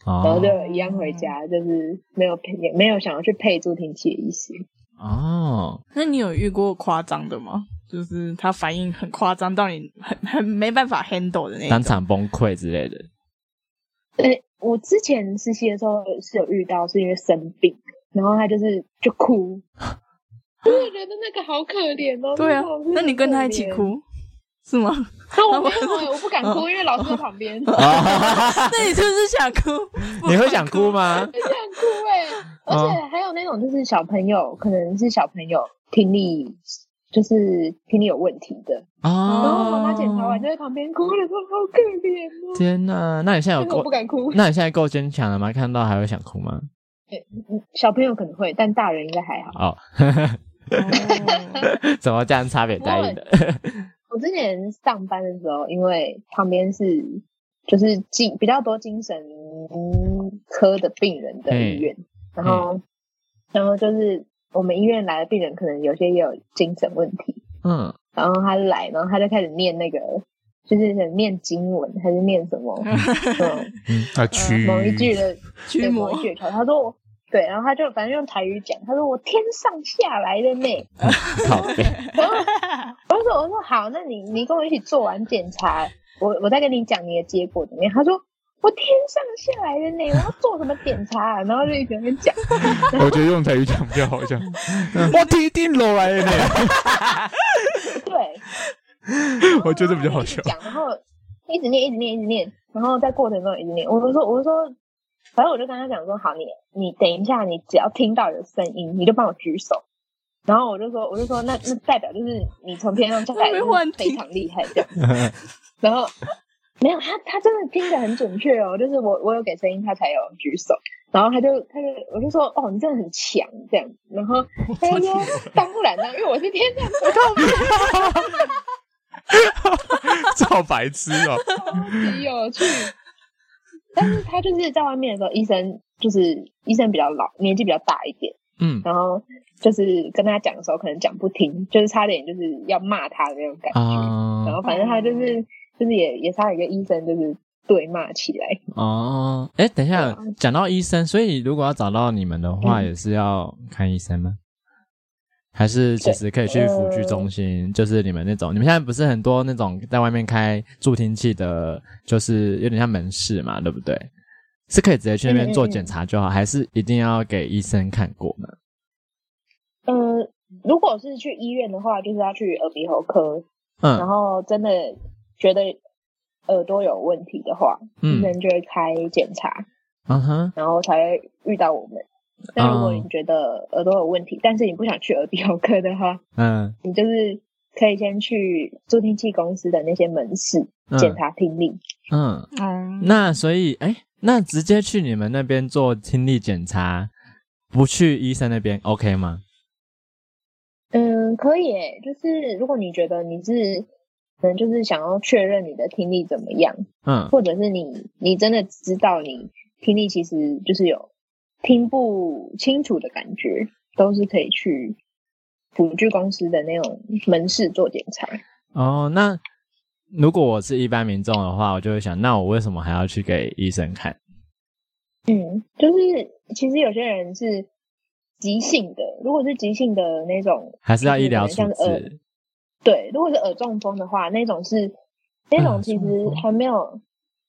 好然哦后就一样回家，就是没有配也没有想要去配助听器的意思。哦，那你有遇过夸张的吗？就是他反应很夸张，到你很很没办法 handle 的那一当种。场崩溃之类的。呃，我之前实习的时候是有遇到，是因为生病，然后他就是就 哭，我就觉得那个好哦可怜哦。对啊那个老师，那你跟他一起很可怜？哭嗯是吗？ 那我没有欸，我不敢哭，因为老师在旁边。我啊 那你是不是想哭？不 你会敢想哭？吗？不想哭 哎、而嗯且还有那种就是小朋友，可能是小朋友听力就是听力有问题的，然后哦，妈妈检查完就在旁边哭了，说好可怜哦。天哪！那你现在有但是我够不？敢哭，那你现在够坚强了吗？看到还会想哭 吗？小朋友可能会，但大人应该还好。哦， 哦怎么这样差别待遇的？我之前上班的时候，因为旁边是就是精比较多精神科的病人的医院，然后、然后就是我们医院来的病人，可能有些也有精神问题，嗯，然后他来，然后他就开始念那个，就是念经文还是念 什么嗯 啊，去某一句的驱对某魔一句的桥，他说我对，然后他就反正用台语讲，他说我天上下来的呢。靠背。然后 我就说我说好，那你你跟我一起做完检查，我我再跟你讲你的结果怎么样。他说我天上下来的呢，我要做什么检查、啊？然后就一直在那边讲， 我觉得用台语讲比较好 讲。 我听定落来了呢， 对， 我觉得这比较好笑一直。讲，然后一直念，一直念，一直念，然后在过程中一直念。我就说，我就说，反正我就跟他讲说，好，你你等一下，你只要听到有声音，你就帮我举手。然后我就说，我就说，那那代表就是你从天上下来没幻非听常厉害这样。然后没有他，他真的听得很准确哦，就是我我有给声音，他才有举手。然后他就他就我就说，哦，你真的很强这样。然后他就说，当然啦、因为我是天上这好白痴哦！极有趣。但是他就是在外面的时候，医生就是医生比较老，年纪比较大一点，嗯 然后就是跟他讲的时候，可能讲不听，就是差点就是要骂他的那种感觉。啊然后反正他就是就是也也差点跟医生就是对骂起来。哦，哎，等一下对，啊讲到医生，所以如果要找到你们的话，嗯也是要看医生吗？还是其实可以去辅具中心，呃就是你们那种，你们现在不是很多那种在外面开助听器的，就是有点像门市嘛，对不对？是可以直接去那边做检查就好，还是一定要给医生看过呢？嗯，如果是去医院的话，就是要去耳鼻喉科，然嗯后真的觉得耳朵有问题的话，医嗯生就会开检查。嗯哼，然后才会遇到我们。那如果你觉得耳朵有问题，但是你不想去耳鼻喉科的话，嗯你就是可以先去助听器公司的那些门市嗯检查听力。嗯，哦那所以哎，那直接去你们那边做听力检查，不去医生那边 OK 吗？嗯，可以耶，就是如果你觉得你是。可能就是想要确认你的听力怎么样，嗯或者是你你真的知道你听力其实就是有听不清楚的感觉，都是可以去辅具公司的那种门市做检查。哦，那如果我是一般民众的话，我就会想，那我为什么还要去给医生看？嗯，就是其实有些人是急性的，如果是急性的那种，还是要医疗就是处可能像是耳置？对，如果是耳中风的话，那种是那种其耳实中风还没有，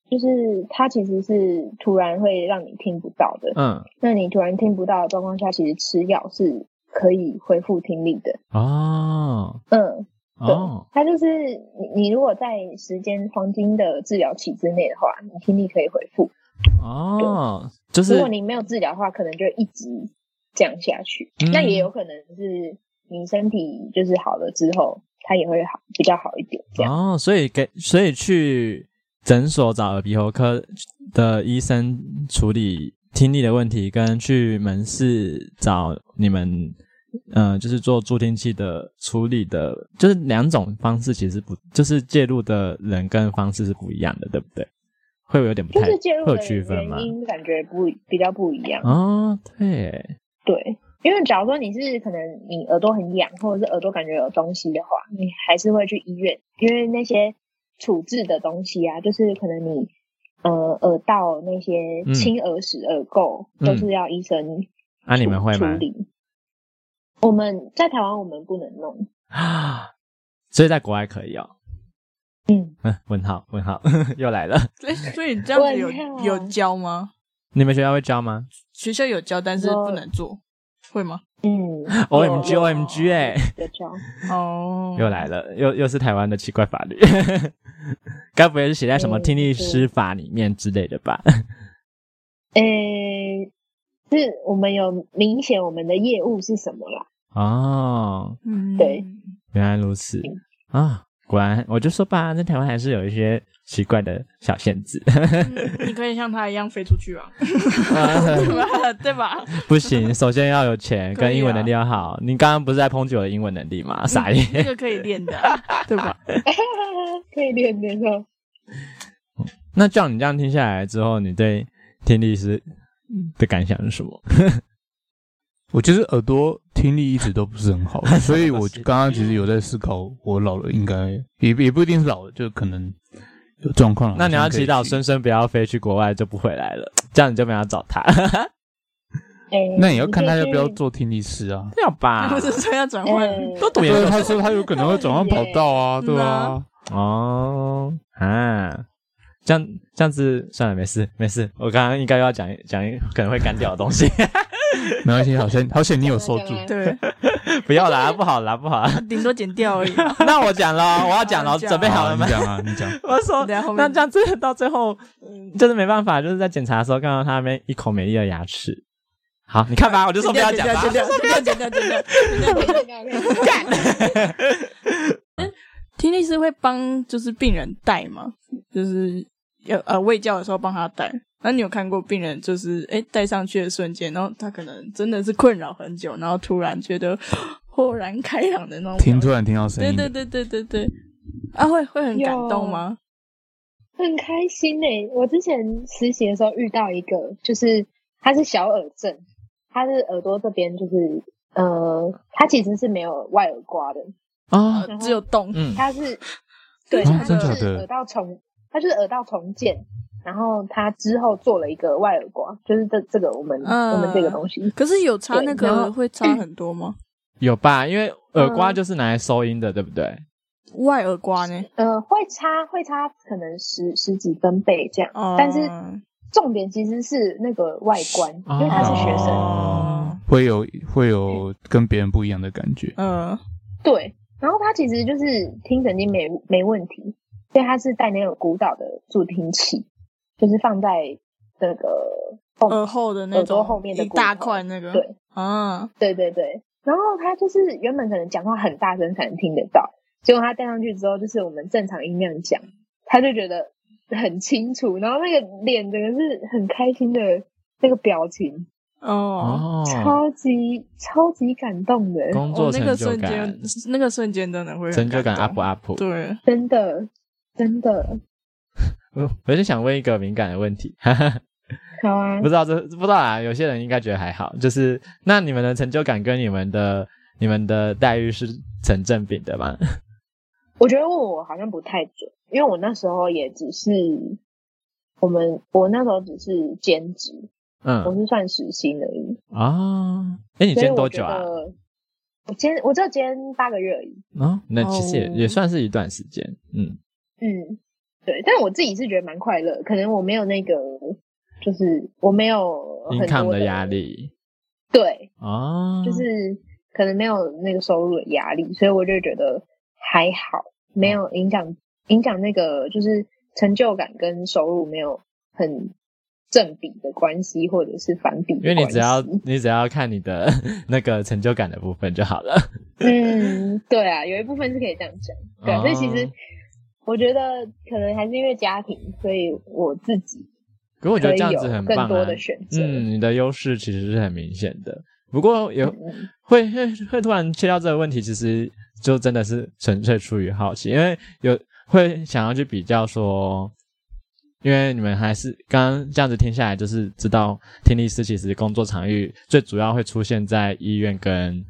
就是它其实是突然会让你听不到的。嗯，那你突然听不到的状况下，其实吃药是可以恢复听力的。哦嗯，对，哦，它就是你你如果在时间黄金的治疗期之内的话，你听力可以恢复。哦，就是如果你没有治疗的话，可能就一直这样下去。嗯那也有可能是你身体就是好了之后，它也会好比较好一点。这样，哦，所以给所以去诊所找耳鼻喉科的医生处理听力的问题，跟去门市找你们。嗯，就是做助听器的处理的，就是两种方式，其实不就是介入的人跟方式是不一样的，对不对？会有点不就哦太是介入会有的区分吗原？因感觉不比较不一样。哦，对，对，因为假如说你是可能你耳朵很痒，或者是耳朵感觉有东西的话，你还是会去医院，因为那些处置的东西啊，就是可能你呃耳道那些嗯清耳屎、耳垢、嗯都是要医生啊，你们会处吗？理。我们在台湾我们不能弄，啊，所以在国外可以哦。嗯，嗯，问号问号 又来了。所以所以你这样子有问号有教吗？你们学校会教吗学校有教，但是有不能做， 会吗？嗯？O M G 有 O M G 哎，有教，嗯哦，又来了，又又是台湾的奇怪法律， 该不会是写在什么嗯听力师法里面之类的吧？ 诶、是我们有明显我们的业务是什么啦？ 哦，嗯，对原来如此啊，果然我就说吧，在台湾还是有一些奇怪的小限制， 嗯，你可以像他一样飞出去啊，啊对吧？对吧？不行，首先要有 钱，可以跟啊英文能力要好。你刚刚不是在抨击我的英文能力嗯吗？傻眼。 那个可以练的啊，对吧？可以练的时候，那照你这样听下来之后，你对听力师的感想是什么？我其实耳朵听力一直都不是很好，所以我刚刚其实有在思考，我老了应该也也不一定是老了，就可能有状况了。那你要好像可以祈祷去深深不要飞去国外就不回来了，这样你就没有要找他， 诶、那也要看他要不要你可以去做听力师啊。要 吧不？是说要转换，嗯都读研对究他说他有可能会转换跑道啊，嗯对啊啊，哦啊，这样这样子算了，没事没事，我刚刚应该要讲讲一可能会干掉的东西， 没关系，好像好险你有受住对。对，啊不 要啦，不好啦不好啦， 顶多剪掉而已啊。那我讲了，我要讲了，好你讲准备好了你吗？ 讲啊，你讲。我说，你等下后面那这样子到最后，嗯就是没办法，就是在检查的时候看到他那边一口美丽的牙齿。好，你看吧，我就说不要讲吧剪。啊掉，剪掉，剪掉，剪掉。 听力师会帮就是病人戴吗？就是要呃喂教的时候帮他戴。那你有看过病人就是哎戴上去的瞬间，然后他可能真的是困扰很久，然后突然觉得 豁然开朗的那种表听情。突然听到声对音，对对对对对。啊，会会很感动吗？很开心呢、我之前实习的时候遇到一个，就是他是小耳症，他是耳朵这边就是呃，他其实是没有外耳刮的，哦，呃只有动。嗯，他是对，啊他真假是的耳道重，他就是耳道重建，然后他之后做了一个外耳刮，就是这这个我们、嗯我们这个东西，可是有差对那然个后会差很多 吗？有吧？因为耳刮就是拿来收音的，对不对？外耳刮呢？呃，会差会差可能十十几分贝这样，哦，但是重点其实是那个外观，因为他是学生，哦会有会有跟别人不一样的感觉。嗯对，然后他其实就是听神经没没问题，所以他是戴那种古早的助听器，就是放在那个耳后的那哦耳朵种后面的一骨大头块那个，对啊，对对对，然后他就是原本可能讲话很大声才能听得到，结果他戴上去之后，就是我们正常音量讲，他就觉得很清楚，然后那个脸真的是很开心的那个表情，哦，哦，超级超级感动的，工作哦那成个就瞬感间，，那个瞬间真的会很成就感感啊 up 动 up。 对，真的真的呃我就想问一个敏感的问题，哈哈，好啊不。知道这不知道啊，有些人应该觉得还好，就是那你们的成就感跟你们的你们的待遇是成正比的 吗？我觉得问我好像不太准，因为我那时候也只是我们我那时候只是兼职，我嗯是算时薪而已。啊，哎，你今所以天我多觉久啊？得我今天我只有今天八个月而已。啊，那其实也哦也算是一段时间，嗯，嗯，对，但我自己是觉得蛮快乐，可能我没有那个，就是我没有很 income 多的压，力对，啊，就是可能没有那个收入的压力，所以我就觉得还好，嗯没有影响影响那个就是成就感跟收入没有很正比的关系，或者是反比的因为你只要关系你只要看你的 那个成就感的部分就好了。嗯，对啊，有一部分是可以这样讲，对啊，所以其实哦我觉得可能还是因为家庭，所以我自己可我觉可得以这样有子很棒更啊，多的选择。嗯，你的优势其实是很明显的。不过也嗯会会会突然切到这个问题，其实就真的是纯粹出于好奇，因为有会想要去比较说，因为你们还是刚刚这样子听下来，就是知道听力师其实工作场域最主要会出现在医院跟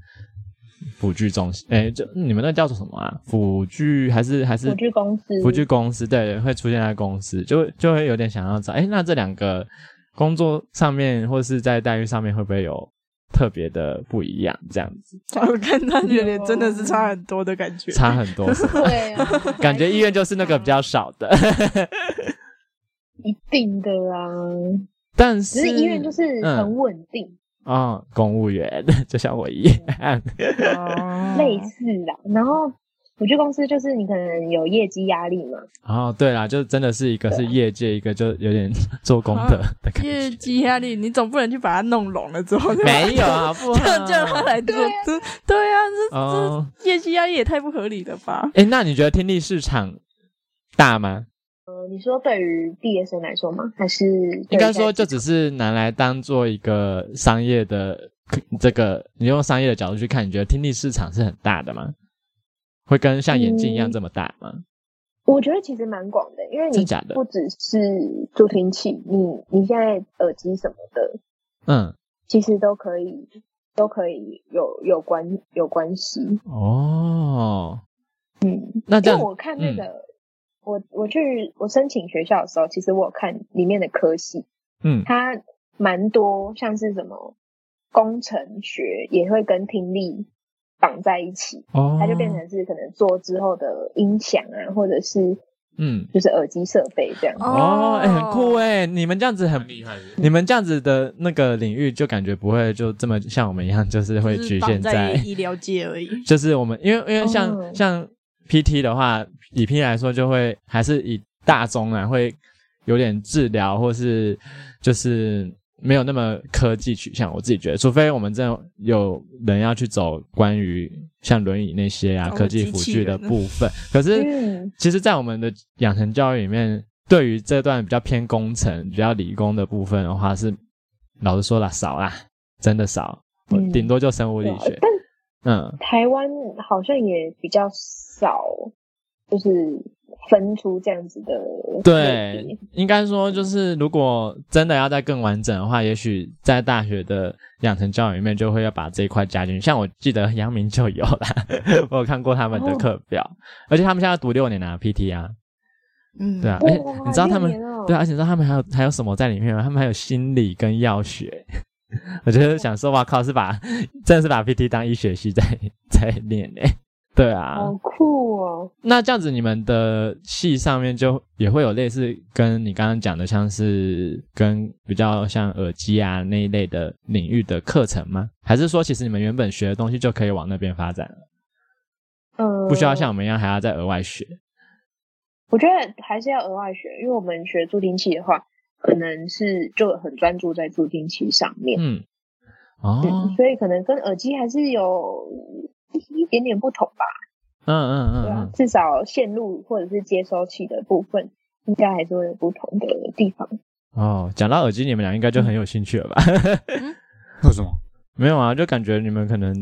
辅具中心，诶，就嗯你们那叫做什么啊？辅具还是还是辅具公司辅具公司对，会出现在公司，就会就会有点想要找，哎，那这两个工作上面或是在待遇上面会不会有特别的不一样？这样子我看他觉得真的是差很多的感觉。差很多是吗，对啊，感觉医院就是那个比较少的， 一定的啊，但只是是医院就是嗯很稳定，哦，公务员就像我一样， 哦类嗯似啦。然后辅具公司就是你可能有业绩压力嘛，哦，对啦，就真的是一个是业界，一个就有点做功德的啊感业觉，绩压力，你总不能去把它弄聋了之后，没 有啊，不这样叫他来做，这对啊，这、哦，这业绩压力也太不合理了吧？哎，那你觉得听力市场大吗？呃，你说对于毕业生来说吗？还是应应该说，就只是拿来当做一个商业的这个，你用商业的角度去看，你觉得听力市场是很大的吗？会跟像眼镜一样嗯这么大吗？我觉得其实蛮广的，因为真你假的不只是助听器，你你现在耳机什么的，嗯，其实都可以都可以有有关有关系。哦，嗯，那这因为样我看那个，我我去我申请学校的时候，其实我有看里面的科系，嗯它蛮多像是什么工程学也会跟听力绑在一起，哦，它就变成是可能做之后的音响啊，或者是嗯就是耳机设备这样。哦，哎、很酷哎！哎、你们这样子很厉害的。你们这样子的那个领域，就感觉不会就这么像我们一样，就是 会就是局绑限在在医疗界而已。 就是我们因为因为像、哦像 PT 的话，以 PT 来说就会还是以大宗啊，会有点治疗或是就是没有那么科技取向。我自己觉得，除非我们真的有人要去走关于像轮椅那些啊、哦科技机辅器具的人部分，可是。嗯，其实，在我们的养成教育里面，对于这段比较偏工程、比较理工的部分的话，是老实说啦，少啦，真的少，我嗯顶多就生物对力啊学。但嗯，台湾好像也比较少，就是分出这样子的类别对，应该说就是，如果真的要再更完整的话，也许在大学的养成教育里面，就会要把这一块加进去。像我记得阳明就有啦， 我有看过他们的哦课表，而且他们现在读六年啊，PT 啊，嗯，对啊，哇而且你知道他们六年哦对啊，而且你知道他们还有还有什么在里面吗？他们还有心理跟药学。 我就是想说，哇靠，是把真的是把 PT 当医学系在在练嘞、对啊，好酷哦！那这样子，你们的戏上面就也会有类似跟你刚刚讲的，像是跟比较像耳机啊那一类的领域的课程吗？还是说，其实你们原本学的东西就可以往那边发展了，嗯，不需要像我们一样还要再额外学？我觉得还是要额外学，因为我们学助听器的话，可能是就很专注在助听器上面，嗯，哦嗯，，所以可能跟耳机还是有一点点不同吧。嗯嗯嗯对嗯，，啊至少线路或者是接收器的部分，应该还是会有不同的地方。哦，讲到耳机，你们俩应该就很有兴趣了 吧？为什么？没有啊，就感觉你们可能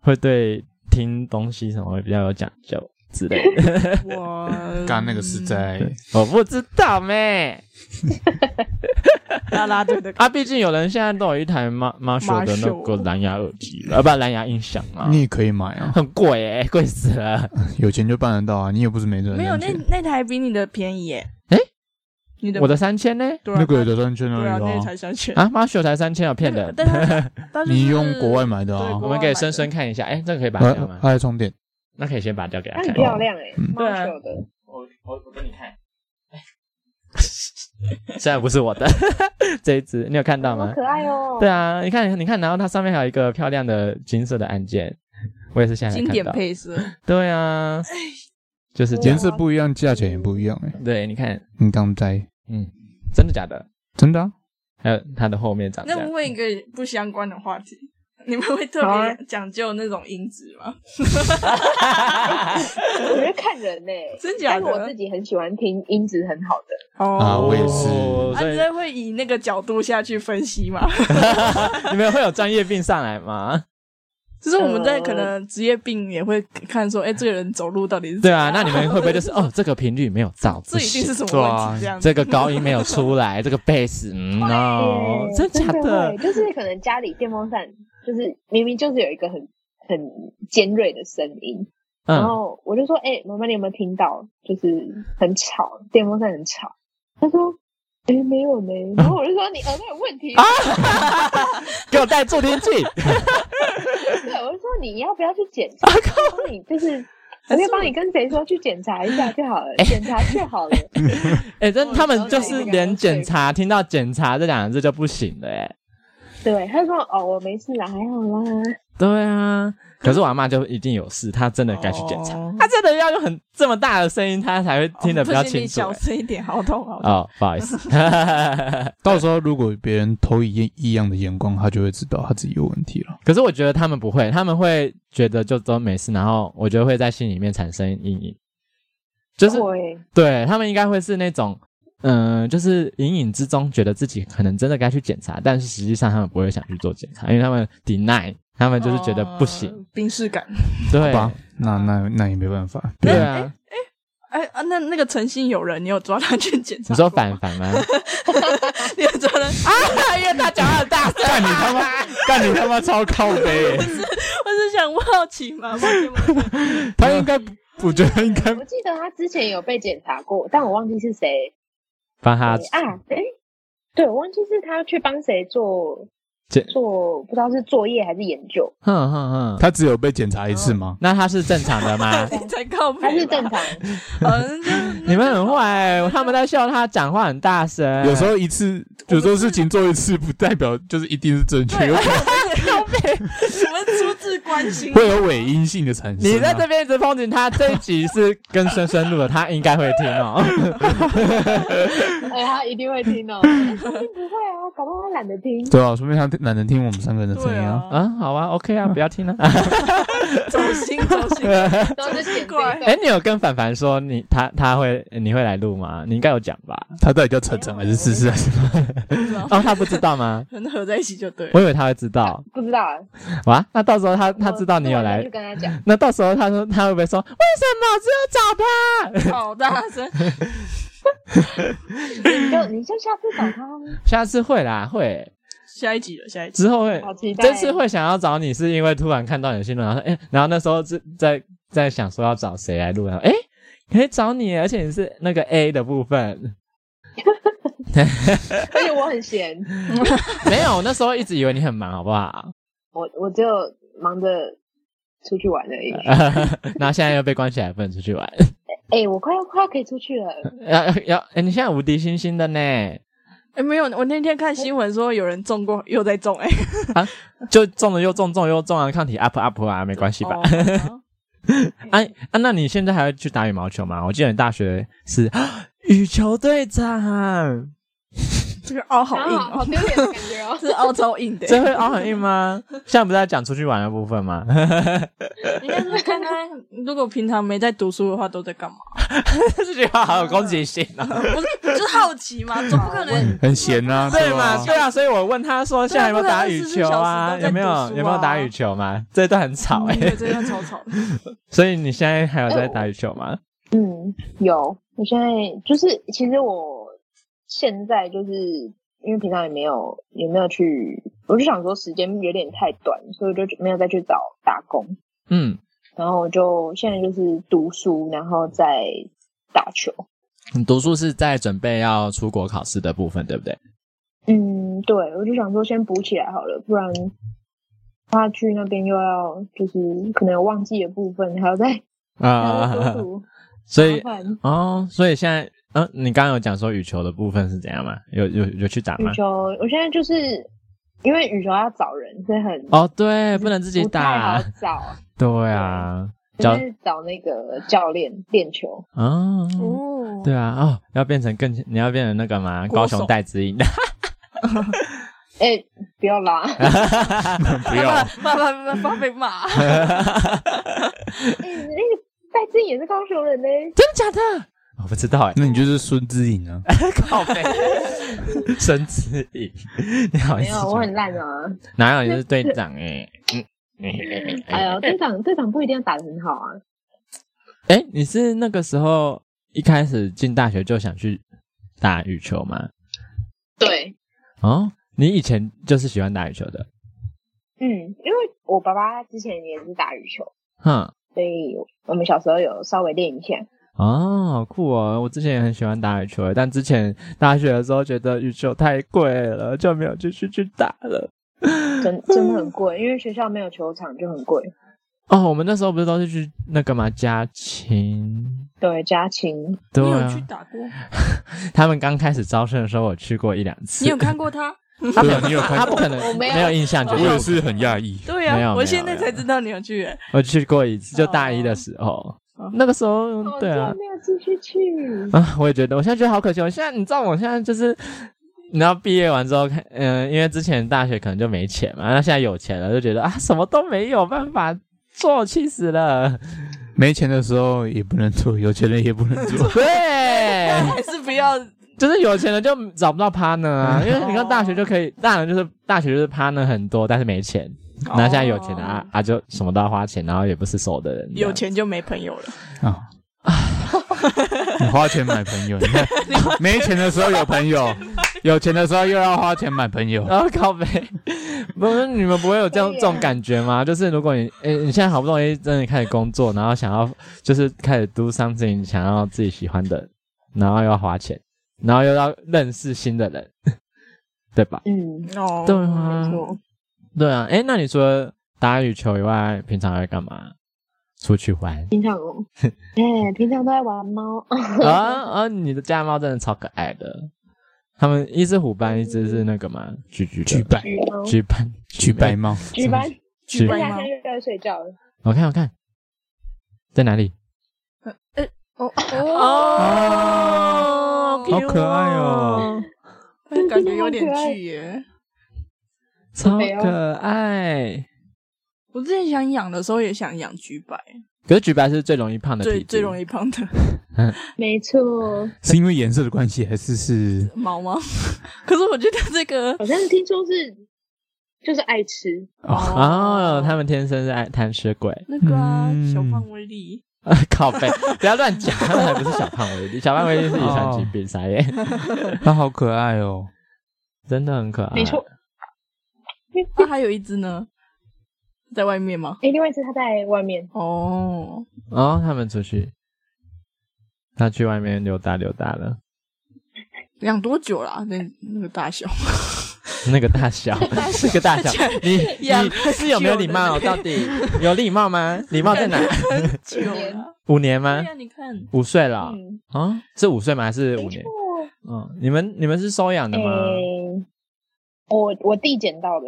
会对听东西什么会比较有讲究之类 的。我嗯刚刚那个是在我不知道咩。拉拉队 的啊，毕竟有人现在都有一台 Ma Marshall 的那个 Marshall 蓝牙耳机了，啊，不，蓝牙音响啊，你也可以买 啊，很贵哎、贵死了。有钱就办得到啊，你也不是没这个没有能那力那台比你的便宜耶，你的我的三千呢？对啊那个也得三千对啊，而已那啊个才三千，啊，马雪才三千啊，骗人！但他他 就是你用国外买的对啊国外？我们给深深看一下，哎、这个可以拔掉啊吗？它还充电，那可以先拔掉给他它看很。漂亮哦哎、嗯猫对啊手的，我我我给你看，哎虽然不是我的 这一只，你有看到好吗？可爱哦、对啊，啊，你看你看，然后它上面还有一个漂亮的金色的按键，我也是现在才经看典到。配 哎色，对啊，就是这对啊样颜。色不一样，价钱也不一样哎、对，你看，你当在嗯，真的假的？真的啊？还有它的后面长这那样我。问一个不相关的话题，你们会特好啊别讲究那种音质吗？我觉得看人呢、欸，真假的但是我自己很喜欢听音质很好的，啊我也是哦啊，所你以真的会以那个角度下去分析吗？你们 会有专业病上来吗？就是我们在可能职业病也会看说，哎、这个人走路到底是 对啊，那你们会不会就是哦，这个频率没有到，这一不定是什行么对啊问题？这样子，这个高音没有出来，这个贝斯 嗯 no，耶真假真的会？就是可能家里电风扇，就是明明就是有一个很很尖锐的声音，然嗯，后我就说：“哎、妈妈，你有没有听到？就是很吵，电风扇很吵。”他说：“哎、没有呢。”然后我就说：“你耳朵有问啊题。给我带助听 器。对，我就说：“你要不要去检啊查？我帮你就是，我可以帮你跟谁说去检查一下就好了，检查就好了。哎，真我他们了就解是这个连我检水查听到检查这两个字就不行了，哎，”对，他就说：“哦，我没事啦，还好啦。对啊。可是我阿妈就一定有事，她真的该去检查。哦她真的要用很这么大的声音，她才会 听得比较哦不行清你楚。小哎声一点，好痛好痛。哦，不好意思，到时候如果别人投以异异样的眼光，他就会知道他自己有问题了。可是我觉得他们不会，他们会觉得就都没事，然后我觉得会在心里面产生阴影，”就是对，对他们应该会是那种，嗯、就是隐隐之中觉得自己可能真的该去检查，但是实际上他们不会想去做检查，因为他们 deny，他们就是觉得不行，呃，冰释感。对好吧，嗯那啊那那也没办法。对别人啊，哎啊，那那个诚信友人，你有抓他去检查？你说反？反 吗？ 你有抓他？啊，因为他讲话很大声。干你他妈，干你他妈超靠背 欸！我是想我好奇 嘛，抱歉抱歉他应该不，我觉得应该我记得他之前有被检查过，但我忘记是谁帮他对啊，哎、对，我忘记是他去帮谁做这做，不知道是作业还是研究。哼哼哼，他只有被检查一次吗？那他是正常的 吗？你才告白。他是正 常，好像就是你们很坏、他们在笑他讲话很大嗯声，有时候一次，有时候事情做一次，不代表就是一定是正确，啊有可能我们出自关心。会啊有伪阴性的产生啊。你在这边一直抨击他，这一集是跟深深录的，他应该会听哦。哎、他一定会听哦。哎不会啊，搞不好他懒得听。对啊，说明他懒得听我们三个人的声对音啊。啊， 啊，好啊，OK 啊，不要听了、啊。走心走心。然后就剪这一段 哎、你有跟凡凡说你他他会你会来录吗？你应该有讲吧？他到底叫晨晨还是思思还是？啊哦，他不知道吗？可能合在一起就对了。 我以为他会知道。不知道啊，哇，哦那到时候他他知道你有我来就，跟他讲，那到时候他说他会不会说为什么只有找他？好大声！你就你就下次找他啊， 下次会啦，会下一集了，下一集。之后会好，期待。这次会想要找你是因为突然看到你的新闻，然后说哎、然后那时候是在在想说要找谁来录，然后哎、可以找你，而且你是那个 A 的部分。 而且我很闲， 没有，我那时候一直以为你很忙，好不好？我我只有忙着出去玩而已。 呃然后现在又被关起来，不能出去玩。哎、我快要快要可以出去了， 要要要，哎、你现在无敌星星的呢，哎，没有，我那天看新闻说有人中过，又在中，哎，就中了又中，中了又中啊，抗体 up up 啊，没关系吧？哦好哎、啊，那你现在还会去打羽毛球吗？我记得你大学是 羽球队长，这个凹好然硬后好哦，丢脸的感觉哦。这凹超硬 的，这会凹很硬吗？现在不是在讲出去玩的部分 吗？应该是看他如果平常没在读书的话都在干嘛？这句话好有攻击性啊！ 不是，就是好奇嘛，总不可能很闲啊，对嘛？吧？对啊，所以我问他说现在有没有打羽球啊？对啊有没有、 24小时都在读书啊有没有打羽球嘛？ 这段很吵哎、对，这样吵吵。所以你现在还有在打羽球吗？嗯， 有。我现在就是，其实我现在就是因为平常也没有也没有去，我就想说时间有点太短，所以我就没有再去找打工。嗯，然后我就现在就是读书，然后再打球。你读书是在准备要出国考试的部分，对不对？嗯，对，我就想说先补起来好了，不然他去那边又要就是可能有忘记的部分，还要再 还 要再多读，啊所以麻烦哦，所以现在，嗯、你刚刚有讲说羽球的部分是怎样吗？有有有去打吗羽？球，我现在就是因为羽球要找人，所以很哦，对，不能自己不太好打，啊找， 对啊，就教是找那个教练练球。哦，哦，对啊，哦，要变成更，你要变成那个嘛，国高手雄戴之颖，哎、不要 啦！不要，爸爸爸爸被骂，哎、那个戴志颖也是高雄人呢、真的假的？我不知道哎，那你就是孙之颖啊， 靠背，孙之颖，你好意没思有，讲？我很烂啊。哪有你是队长哎？嗯，哎呦，队长队长不一定要打得很好啊。哎，你是那个时候一开始进大学就想去打羽球吗？对，哦，你以前就是喜欢打羽球的，嗯，因为我爸爸之前也是打羽球，哼，所以我们小时候有稍微练一下。哦，好酷哦！我之前也很喜欢打羽球，但之前大学的时候觉得羽球太贵了，就没有继续去打了。 真真的很贵，因为学校没有球场就很贵。哦，我们那时候不是都是去那个嘛家禽？对，家禽你 对有去啊，打 过？他们刚开始招生的时候，我去过一两次。你有看过他？他没有 对啊你有看他不可能我没有印象，就我是哦也是很讶异。对 没啊，有我现没在才有知道你有 去、欸。我去过一次，就大一的时候，哦那个时候对啊哦，就没有继续去。啊，我也觉得，我现在觉得好可惜。我现在你知道，我现在就是，你知道毕业完之后看，嗯、因为之前大学可能就没钱嘛，那现在有钱了，就觉得啊，什么都没有办法做，气死了。。没钱的时候也不能做，有钱人也不能做对，还是不要就是有钱了就找不到 partner 啊，因为你看大学就可以，大人就是大学就是 partner 很多，但是没钱。那现在有钱了啊啊，就什么都要花钱，然后也不是所有的人这哦样 有。钱就没朋友了。 啊！你花钱买朋友，你 看没钱的时候有朋友，有钱的时候又要花钱买朋 友。然后哦靠背，不是你们不会有这样 可以这啊种感觉吗？就是如果你，诶、你现在好不容易真的开始工作，然后想要就是开始 do something，想要自己喜欢的，然后又要花钱，然后又要认识新的人， 对吧？嗯，哦，对啊没错对啊，诶、那你除了打羽球以外，平常还会干嘛？出去 玩平常哦，哎、平常都在玩猫。啊啊！你的家猫真的超可爱的，他们一只虎斑，一只是那个嘛，橘橘举的白橘嗯猫，橘斑，举白猫，橘斑，橘橘大斑斑，家现在又该睡觉了。我看我看，在哪里？哦哦哦，好可爱哦，感觉有点巨耶。超可爱。我之前想养的时候也想养橘白，可是橘白是最容易胖的最最容易易胖的没错，是因为颜色的关系，还是是毛吗？ 可是我觉得这个好像听说是就是爱吃， 哦，他们天生是爱贪吃鬼。 那个啊嗯小胖威力，靠背，不要乱讲，他们还不是小胖威力，小胖威力是遗传疾哦病，傻耶，它好可爱哦。真的很可爱。没错。。那啊还有一只呢，在外面吗？哎、另外一只它在外面，哦，哦，他们出去，他去外面溜达溜达了，养多久啦？那那个大小， 那个大小，那个大小，你养你是有没有礼貌？很久到底有礼貌吗？礼貌在哪？久了。五年吗对？呀，你看，五岁了啊、嗯，啊是五岁吗？还是五没年？错。嗯，你们你们是收养的哎、吗？我我弟捡到的，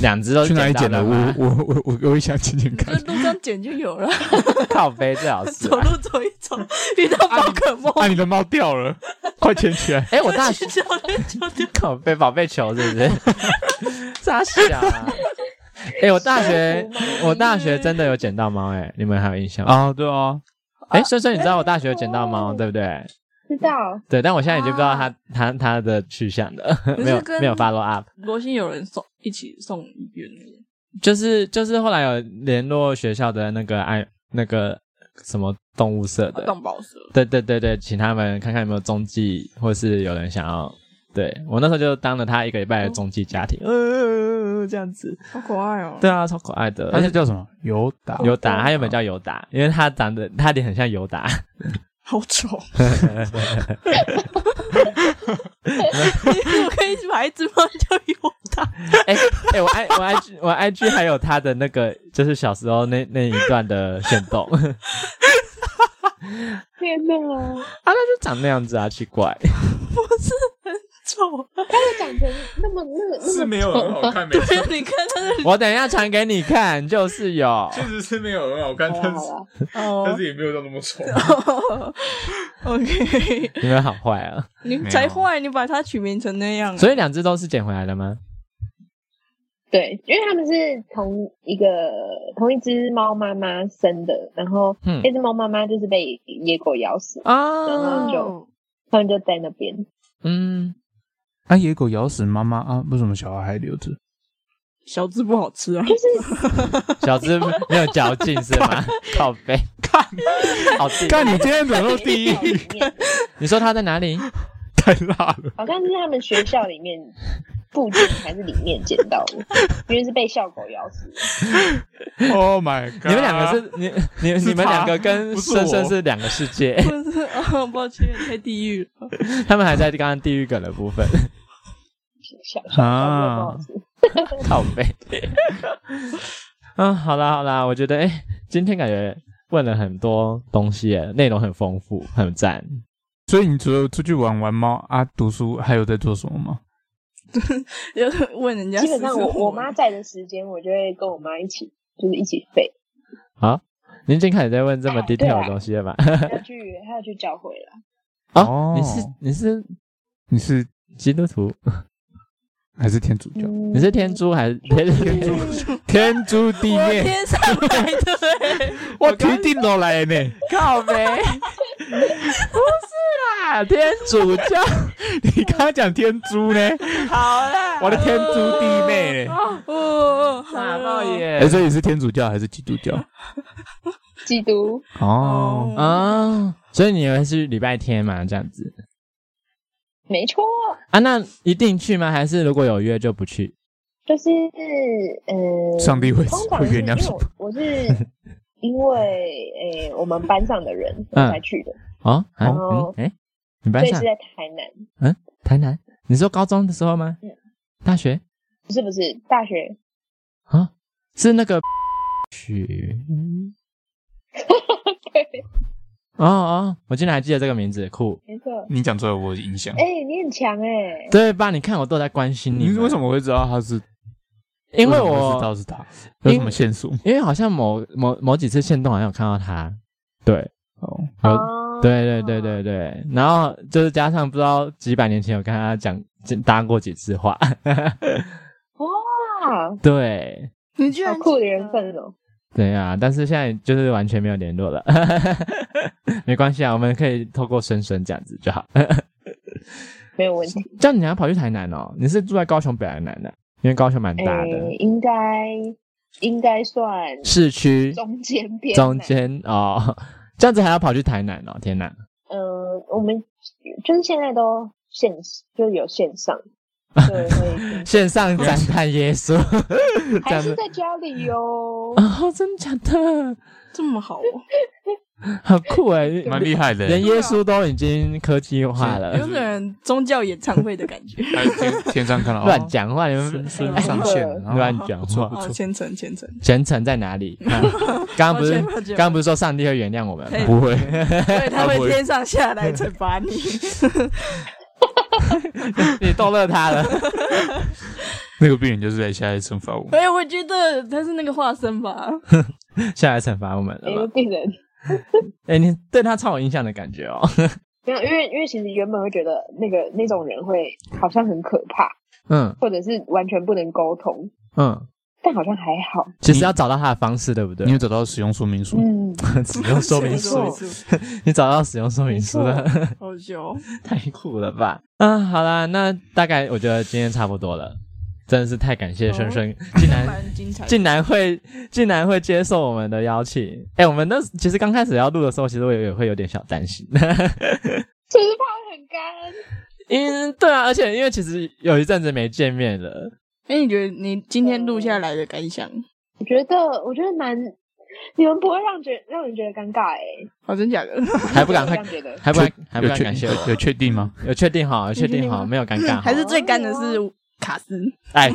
两只都是去哪里捡到的？的我吗？我我我我也想捡捡你就看。路上捡就有了， 靠背最 好是走 啊。路走一走，遇到宝可梦，啊，你的猫掉了，快捡起 来！ 哎、我大去教练就丢。靠背宝贝球是不是？傻小、啊。哎、我大 学我大学真的有捡到猫哎、你们还有印象？啊？啊，对啊，哎、孙孙，你知道我大学有捡到猫对不对？知道？对，但我现在已经不知道它它它的去向了，啊是 没有跟没有 follow up。罗欣有人送一起送医院的耶，就是就是后来有联络学校的那个爱那个什么动物社的，哦动保蛇。对对对对，请他们看看有没有中继，或是有人想要。对我那时候就当了他一个礼拜的中继家庭，哦嗯、这样子。好可爱哦！对啊，超可爱的。它是叫什么？尤达。哦尤达，他原本叫尤达，因为他长得他脸很像尤达，好 丑。你我可以把一只猫叫尤达，哎、哎，我 i 我 i g 我 i g 还有他的那个，就是小时候那那一段的炫动， 啊天哪！他那就长那样子啊，奇怪。不是很 丑。长成那么那么那么是没有很好看， 没错，对啊，你看他的我等一下传给你看，就是有。确实是没有很好看，哦好但了是好了，啊 但哦是也没有到那么丑。 ，OK，你们好坏啊！你没有才坏，你把它取名成那样。啊所以两只都是捡回来的吗？对，因为他们是同一个同一只猫妈妈生的，然后嗯那只猫妈妈就是被野狗咬死，啊哦后，就他们就在那边。嗯， 啊，野狗咬死妈妈啊，为什么小孩还留着？小只不好吃啊，小只没有嚼劲是吗？靠背，看，好地。看你今天怎么都学第一 校，里面，你说它在哪里？太辣了。好像是他们学校里面附近还是里面捡到 的，因为是被校狗咬死的。 Oh my god！你们两个是你你是你们它两个跟不是深深我是两个世 界，不是啊，抱歉，太地狱了。他们还在刚刚地狱梗的部分。小小小啊狗啊不好吃。靠背。嗯，好啦好啦，我觉得哎、诶今天感觉问了很多东西耶，内容很丰富，很赞。所以你除了出去玩玩猫啊，读书还有在做什么吗？就是问人家基私生本活，上我我妈在的时间，我就会跟我妈一起，就是一起飞，您已经开始在问这么哎 detail 对的啊东西了吧？ 她要去她要去教会了。哦， 你是你是你是基督徒，还是天主教？嗯你是天珠还是天天 珠？天诛地我灭，天上来的、 欸，我天定都来呢！靠背，不是啦，啊天主教。你刚刚讲天诛呢？好啦，我的天诛地灭呢！哦哦，好傻了帽哎，耶所以是天主教还是基督教？基督，哦，哦，啊！所以你们是礼拜天嘛，这样子没错，啊？那一定去吗？还是如果有约就不去？就是呃，上帝会通常会是原因谅为什么？我我是因为诶、呃我们班上的人我嗯才去的，哦，啊然嗯后，哎、你所班以上是在台南，台南？你说高中的时候吗？嗯大学不是不是大学，啊，是那 个许 对，哦哦，我竟然还记得这个名字，酷，没错。你讲出来我有影响哎、。你很强哎、对吧？你看我都在关心你你，为什？么会知道他是？因为什么会知我道是他，因有什么线索？因为好像某某某几次线动好像有看到他，对，哦，有哦对对对对对，然后就是加上不知道几百年前有跟他讲搭过几次话， 哇，对你居然好酷的缘分哦！对啊，但是现在就是完全没有联络了， 没关系啊，我们可以透过深深这样子就好。没有问题。这样你还要跑去台南哦？你是住在高雄北还是南的？因为高雄蛮哎、大的，应该应该算市区中间偏中南。间哦， 这样子还要跑去台南哦？天哪！呃，我们就是现在都线，就有线上，就会线上赞叹耶稣，这还样是子在家里 哟、哦，真的假的？这么好、哦，好酷哎，蛮厉害的。连耶稣都已经科技化有了，点宗教演唱会的感 觉。还有天天上看到哦乱，讲话，你们孙孙上线，然后乱讲不错话不哦，错。虔诚虔诚，虔诚在哪里？啊刚刚不是抱歉抱歉刚刚不是说上帝会原谅我们吗？不会，对，他不会会天上下来惩罚 你。你逗乐他了，那个病人就是在下来惩罚我。哎，我觉得他是那个化身吧，下来惩罚我们因了为吗？病人哎，你对他超有印象的感觉哦。没有，因为因为其实原本会觉得那个那种人会好像很可怕，嗯或者是完全不能沟通，嗯，但好像还好。其实要找到他的方式，对不对你？有找到使用说明书？嗯， 使用说明没书错，你找到使用说明书了，好笑。 哦太酷了吧？啊，好啦，那大概我觉得今天差不多了，真的是太感谢深深，竟然蛮精彩的。竟然会竟然会接受我们的邀请。哎、我们那其实刚开始要录的时候，其实我也会有点小担心， 其实怕很干。因为对啊，而且因为其实有一阵子没见面了，哎，你觉得你今天录下来的感想？我觉得，我觉得蛮你们不会让觉让人觉得尴尬哎、哦，真假的？还不敢这快 样，觉得。还不敢，还不有敢确感谢我，有确定吗？有确定好，有确定好，吗没有尴尬哈， 还是最干的是卡斯，哎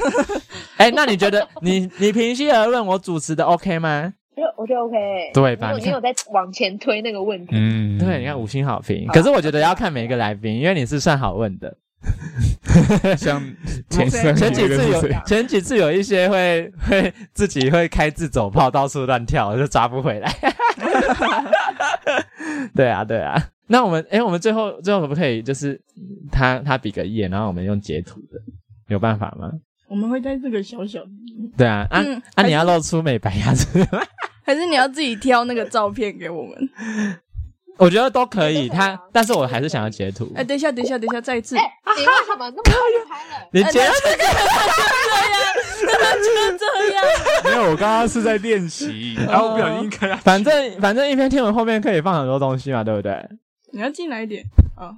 哎，那你觉得你你平心而论，我主持的 OK 吗？就我觉得 OK，欸对吧你有你你看有在往前推那个问题，嗯，对，你看五星好评，好可是我觉得要看每一个来宾，因为你是算好问 的。像前三前几次个是有谁前几次有一些会 会自己会开自走炮，到处乱跳，就抓不回来。 对啊，对啊。那我们哎，我们最后最后可不可以就是嗯他他比个耶，然后我们用截图的，有办法吗？我们会在这个小小的，对啊，啊、嗯啊，还你要露出美白牙齿， 还是你要自己挑那个照片给我们？我觉得都可以。都可以啊他，但是我还是想要截图。哎，等一下，等一下，等一下，再一次。哎、 你为什么那么快就拍了？你截哎那就这样，没有，我刚刚是在练 习。然啊后我不小心看他，反正反正一篇天文后面可以放很多东西嘛，对不对？你要进来一点啊！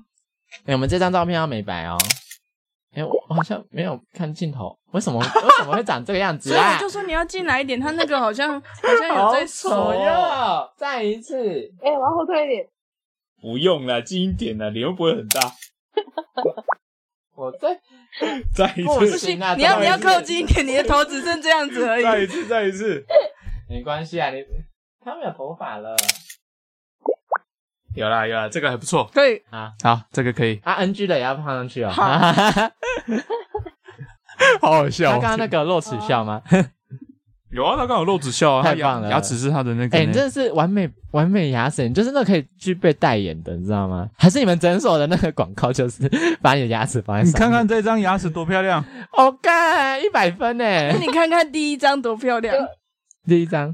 哎、我们这张照片要美白哦。哎、我我好像没有看镜头，为什么为什么会长这个样子 所以我啊？就说你要进来一点，他那个好像好像有好在丑手呀。哟！再一次，哎、我要后退 一点。不用啦，近一点啦，脸又不会很大。我再再一不不次，行行啊，你要再你来要一次靠近一点，你的头只剩这样子而已。再一次，再一次，没关系啊，你他没有头发了有啦有啦，这个还不错。可以，好，这个可以，啊，NG 的也要放上去哦。好他好好哦笑。刚刚那个露齿笑 吗？有啊，他刚好露齿笑啊，太他牙棒了牙齿是他的那个哎、呢，你真的是完美完美牙神，你就是那可以具备代言的，你知道吗？还是你们诊所的那个广告，就是 把你的牙齿放在你上看面看这张牙齿多漂亮，我干一百分呢！那你看看第一张多漂亮，第一张，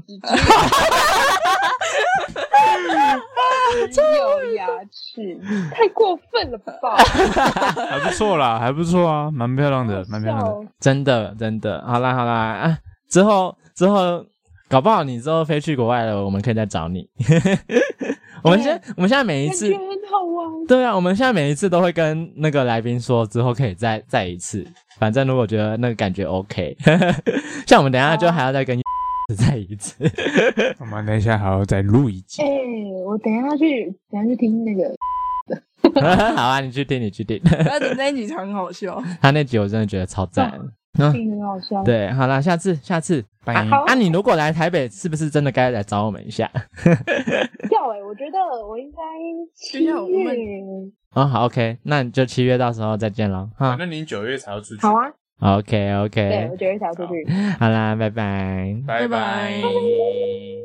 有牙 齿，太过分了吧？还不 错啦，还不错啊，蛮漂亮的，蛮漂亮的。笑真的真的，好啦好啦啊！之后之后，搞不好你之后飞去国外了，我们可以再找你。 我们现我们现在每一感次觉，很好玩。对啊，我们现在每一次都会跟那个来宾说，之后可以再再一次。反正如果觉得那个感觉 OK，像我们等一下就还要再跟再一次。 我们等一下还要再录一集哎、，我等一下去，等一下去听那个。好啊，你去听，你去听。他的那一集很好笑。他那集我真的觉得超赞。听很好笑， 对，好啦，下次下次。拜啊，好啊你如果来台北，是不是真的该来找我们一下？要哎、我觉得我应该七等一下我月，哦，好，OK，那你就七月到时候再见喽，哈反正你九月才要出去，好啊， ，OK 对 OK，我九月才要出去。好啦，拜拜。拜拜拜拜